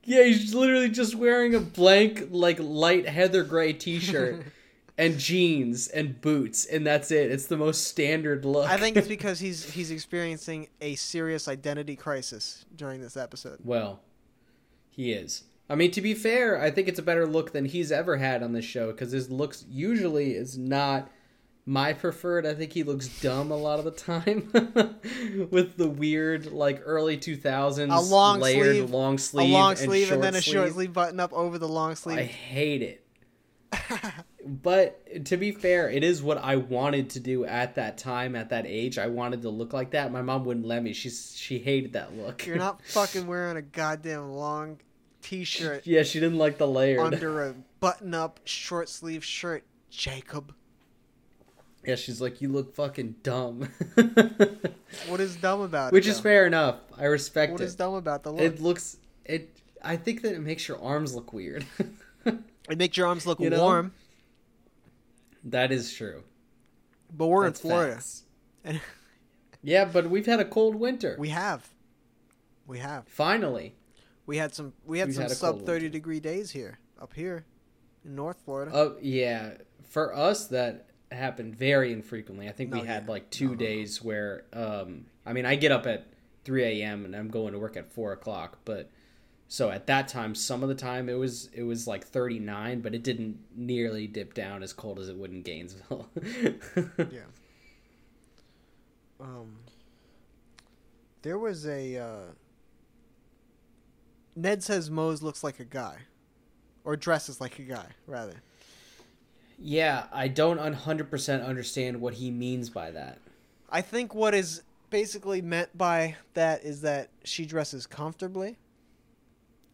S2: yeah, he's literally just wearing a blank, like light heather gray T-shirt and jeans and boots, and that's it. It's the most standard look.
S1: I think it's because he's he's experiencing a serious identity crisis during this episode.
S2: well, he is. I mean, to be fair, I think it's a better look than he's ever had on this show because his looks usually is not my preferred. I think he looks dumb a lot of the time with the weird, like early two thousands
S1: A long
S2: layered
S1: sleeve-
S2: long sleeve,
S1: a long sleeve and,
S2: short
S1: then a short
S2: sleeve.
S1: sleeve button up over the long
S2: I
S1: sleeve.
S2: hate it. But to be fair, it is what I wanted to do at that time, at that age. I wanted to look like that. My mom wouldn't let me. She she hated that look.
S1: You're not fucking wearing a goddamn long t-shirt
S2: yeah, she didn't like the layered.
S1: under a button-up short sleeve shirt, Jacob.
S2: Yeah, she's like, you look fucking dumb.
S1: What is dumb about
S2: Which
S1: it?
S2: is
S1: though?
S2: fair enough. I respect
S1: What
S2: it.
S1: is dumb about the look?
S2: it
S1: It,
S2: looks it. I think that it makes your arms look weird.
S1: makes your arms look
S2: You know?
S1: warm,
S2: that is true.
S1: but we're
S2: That's
S1: in Florida.
S2: facts.
S1: And
S2: Yeah, but we've had a cold winter.
S1: we have. We have.
S2: finally.
S1: We had some we had
S2: We've
S1: some
S2: had a cold
S1: sub 30
S2: winter.
S1: degree days here up here in North Florida.
S2: Oh yeah, for us that happened very infrequently. I think
S1: No,
S2: we had
S1: yeah.
S2: like two days where, um, I mean, I get up at three a.m. and I'm going to work at four o'clock, but so at that time, some of the time it was it was like thirty nine, but it didn't nearly dip down as cold as it would in Gainesville.
S1: yeah. Um there was a uh Ned says Mose looks like a guy or dresses like a guy rather.
S2: Yeah, I don't 100% understand what he means by that.
S1: I think what is basically meant by that is that she dresses comfortably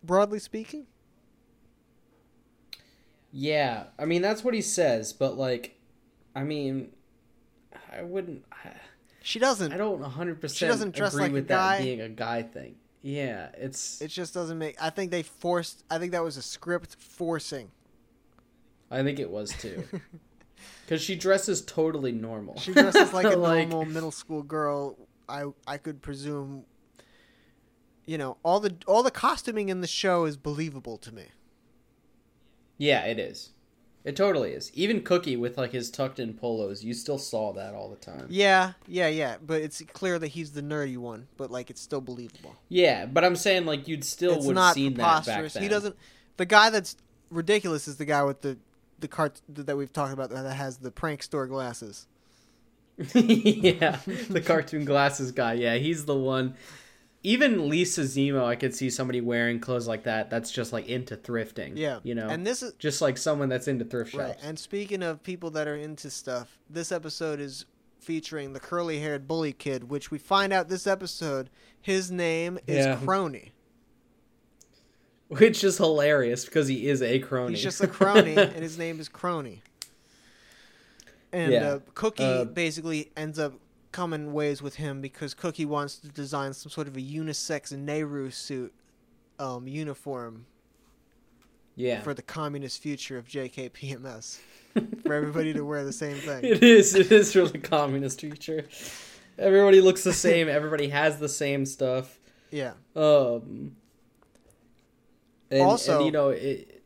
S1: broadly speaking.
S2: Yeah, I mean that's what he says, but like I mean I wouldn't I-
S1: She doesn't
S2: I don't 100%
S1: She doesn't dress
S2: agree
S1: like a
S2: with that
S1: guy.
S2: being a guy thing. Yeah, it's
S1: It just doesn't make. I think they forced. I think that was a script forcing.
S2: I think it was too. Cuz she dresses totally normal.
S1: She dresses like a normal middle school girl. I I could presume. You know, all the all the costuming in the show is believable to me.
S2: Yeah, it is. It totally is. Even Cookie with like his tucked in polos, you still saw that all the time.
S1: Yeah, yeah, yeah. But it's clear that he's the nerdy one. But like, it's still believable.
S2: Yeah, but I'm saying like you'd still
S1: it's
S2: would
S1: not
S2: have seen that back
S1: preposterous.
S2: then.
S1: He doesn't. The guy that's ridiculous is the guy with the the cart that we've talked about that has the prank store glasses.
S2: yeah, the cartoon glasses guy. Yeah, he's the one. Even Lisa Zemo, I could see somebody wearing clothes like that. That's just like into thrifting.
S1: Yeah,
S2: you know,
S1: And this is
S2: just like someone that's into thrift shops.
S1: Right. And speaking of people that are into stuff, this episode is featuring the curly haired bully kid, which we find out this episode his name is
S2: Yeah.
S1: Crony.
S2: Which is hilarious because he is a crony.
S1: He's just a crony, and his name is Crony. And
S2: Yeah.
S1: uh, Cookie
S2: Uh,
S1: basically ends up coming ways with him because Cookie wants to design some sort of a unisex Nehru suit um, uniform
S2: yeah,
S1: for the communist future of JKPMS. for everybody to wear the same thing.
S2: it is. It is for the communist future. Everybody looks the same. Everybody has the same stuff.
S1: Yeah.
S2: Um. And,
S1: Also-
S2: and, you know, it,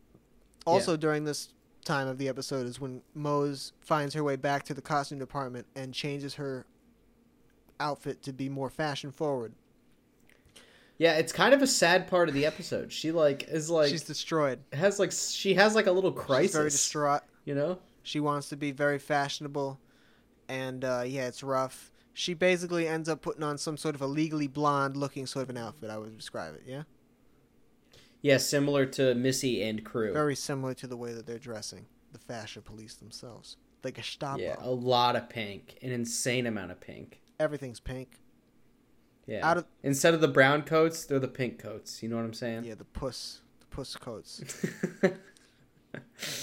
S1: Also, during this time of the episode is when Mose finds her way back to the costume department and changes her outfit to be more fashion forward.
S2: yeah, it's kind of a sad part of the episode. She like is like
S1: She's destroyed.
S2: has like she has like a little crisis.
S1: She's very distraught.
S2: you know.
S1: She wants to be very fashionable, and uh, yeah, it's rough. She basically ends up putting on some sort of a legally blonde looking sort of an outfit. I would describe it. Yeah,
S2: Yeah, similar to Missy and crew.
S1: very similar to the way that they're dressing the fashion police themselves. The Gestapo.
S2: yeah, a lot of pink, an insane amount of pink.
S1: Everything's pink.
S2: Yeah.
S1: Out of-
S2: Instead of the brown coats, they're the pink coats. You know what I'm saying?
S1: Yeah, the puss, the puss coats.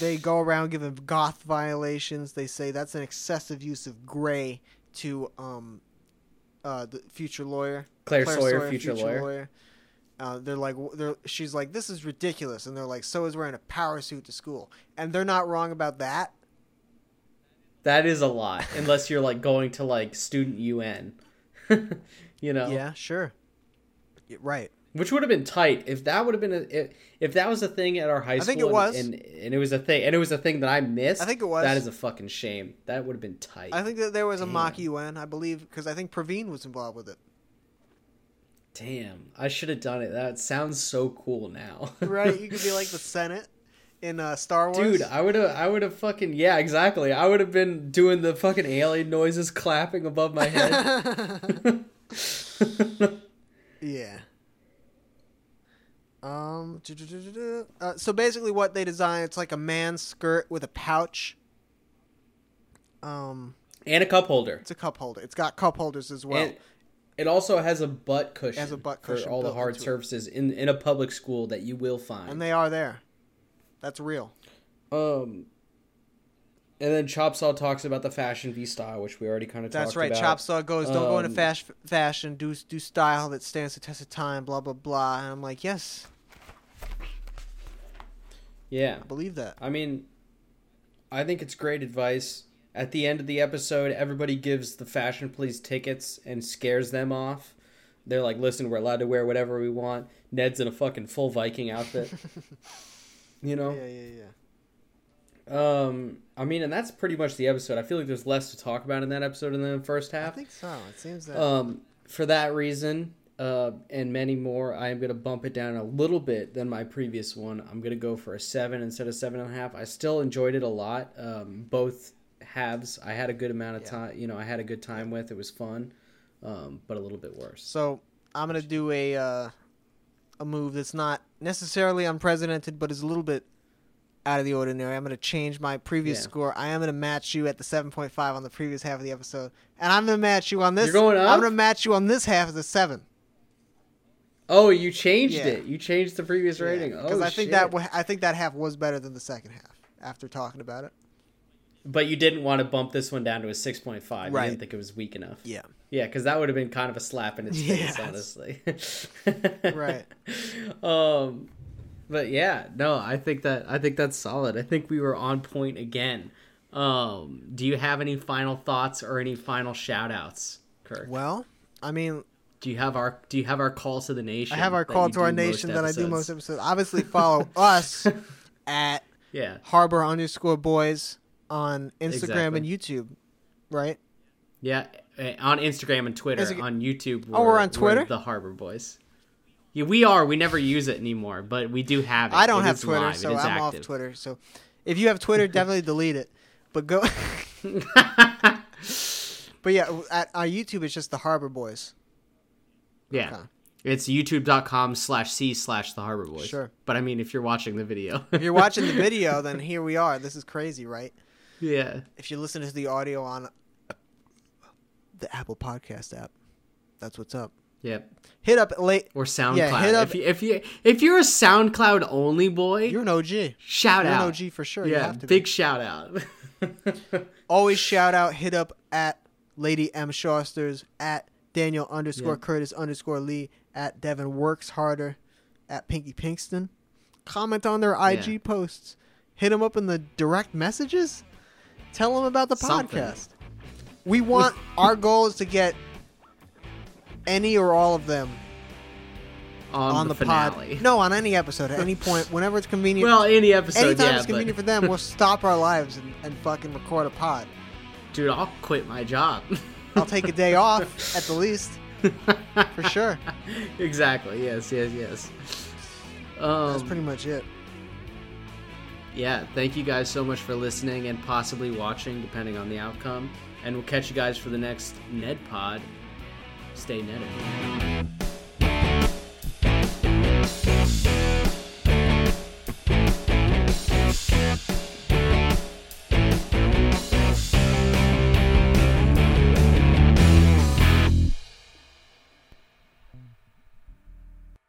S1: they go around giving goth violations. They say that's an excessive use of gray to um, uh, the future lawyer
S2: Claire, Sawyer, future, lawyer.
S1: Uh, they're like, w- they're, she's like, this is ridiculous, and they're like, so is wearing a power suit to school, and they're not wrong about that.
S2: That is a lot, unless you're like going to like student UN. you know,
S1: Yeah, sure, Yeah, right.
S2: which would have been tight if that would have been a, if, if that was a thing at our high school.
S1: think it
S2: and-
S1: was.
S2: and, and it was a thing, and it was a thing that I missed.
S1: I think it was.
S2: That is a fucking shame. That would have been tight.
S1: I think that there was a mock
S2: Damn.
S1: UN, I believe, because I think Praveen was involved with it.
S2: Damn, I should have done it. That sounds so cool now.
S1: right? You could be like the Senate in uh, Star Wars.
S2: Dude, I would have, I would have fucking yeah, exactly. I would have been doing the fucking alien noises, clapping above my head.
S1: yeah. Um. du-du-du-du-du. Uh, so basically, what they design, it's like a man's skirt with a pouch. Um,
S2: and a cup holder.
S1: it's a cup holder. It's got cup holders as well.
S2: And it also has a butt cushion.
S1: Has a butt cushion
S2: for all the
S1: built
S2: hard
S1: into it.
S2: surfaces in in a public school that you will find.
S1: and they are there. That's real.
S2: Um, and then Chop Saw talks about the fashion v style, which we already kind of
S1: That's
S2: talked
S1: right.
S2: about.
S1: Chop saw goes. Don't go into
S2: Um,
S1: fas- fashion. Do do style that stands the test of time. Blah blah blah. And I'm like, yes,
S2: Yeah,
S1: I believe that.
S2: I mean, I think it's great advice. At the end of the episode, everybody gives the fashion police tickets and scares them off. They're like, "Listen, we're allowed to wear whatever we want." Ned's in a fucking full Viking outfit. you know.
S1: Yeah, yeah, yeah.
S2: Um, I mean, and that's pretty much the episode. I feel like there's less to talk about in that episode than in the first
S1: I
S2: half.
S1: think so. It seems that.
S2: Um, for that reason, uh, and many more, I am going to bump it down a little bit than my previous one. I'm going to go for a seven instead of seven and a half. I still enjoyed it a lot. Um, both halves, I had a good amount of
S1: Yeah.
S2: time. You know, I had a good time with. It was fun, um, but a little bit worse.
S1: So I'm gonna do a uh, a move that's not necessarily unprecedented, but is a little bit out of the ordinary. I'm gonna change my previous
S2: Yeah.
S1: score. I am gonna match you at the 7.5 on the previous half of the episode, and I'm gonna match you on this.
S2: You're going up?
S1: I'm gonna match you on this half as a seven.
S2: Oh, you changed
S1: Yeah.
S2: it. You changed the previous rating. Oh,
S1: I think
S2: shit.
S1: that wa- I think that half was better than the second half. After talking about it,
S2: But you didn't want to bump this one down to a six point five. You
S1: Right.
S2: didn't think it was weak enough.
S1: yeah,
S2: Yeah, because that would have been kind of a slap in its face,
S1: Yes.
S2: honestly.
S1: Right.
S2: Um, but yeah, no, I think that I think that's solid. I think we were on point again. Um, do you have any final thoughts or any final shout outs, Kirk?
S1: well, I mean,
S2: Do you have our Do you have our call to the nation?
S1: I have our
S2: that
S1: call
S2: you
S1: to our
S2: do most
S1: nation that I do
S2: episodes?
S1: most episodes. Obviously, follow us at
S2: Yeah,
S1: harbor underscore boys on Instagram and
S2: Exactly.
S1: YouTube, right?
S2: yeah. eh, On Instagram and Twitter,
S1: Instagram-
S2: on YouTube.
S1: Oh, we're on Twitter?
S2: the Harbor Boys. Yeah, we are. We never use it anymore, but we do have it.
S1: I don't
S2: It
S1: have
S2: is
S1: Twitter,
S2: live. It
S1: so I'm
S2: is
S1: off
S2: active.
S1: Twitter. So if you have Twitter, definitely delete it. But go, but yeah, at our YouTube, it's just the Harbor Boys.
S2: Yeah.
S1: Okay.
S2: It's youtube.com slash C slash the Harbor Boys.
S1: Sure.
S2: But I mean, if you're watching the video.
S1: If you're watching the video, then here we are. This is crazy, right?
S2: yeah.
S1: If you listen to the audio on the Apple Podcast app, that's what's up.
S2: Yep.
S1: Hit up late.
S2: Or SoundCloud.
S1: hit up-
S2: if, you, if, you, if you're a SoundCloud only boy,
S1: You're an OG. You're
S2: shout
S1: an
S2: out.
S1: OG for sure. you
S2: yeah.
S1: have to be.
S2: Big shout out.
S1: always shout out, hit up at Lady M Shosters, at Daniel underscore
S2: Yeah.
S1: Curtis underscore Lee, at Devin Works Harder, at Pinky Pinkston. Comment on their IG
S2: Yeah.
S1: posts. Hit them up in the direct messages. Tell them about the
S2: Something.
S1: podcast. We want our goal is to get any or all of them
S2: on,
S1: on,
S2: the,
S1: the,
S2: finale.
S1: pod. No, on any episode at any point, whenever it's convenient.
S2: Well, any episode,
S1: anytime
S2: yeah.
S1: it's convenient
S2: but,
S1: for them, we'll stop our lives and, and fucking record a pod.
S2: dude, I'll quit my job.
S1: I'll take a day off at the least, for sure.
S2: exactly. Yes, yes, yes.
S1: That's
S2: Um,
S1: pretty much it.
S2: yeah, thank you guys so much for listening and possibly watching, depending on the outcome. And we'll catch you guys for the next Ned Pod. Stay netted.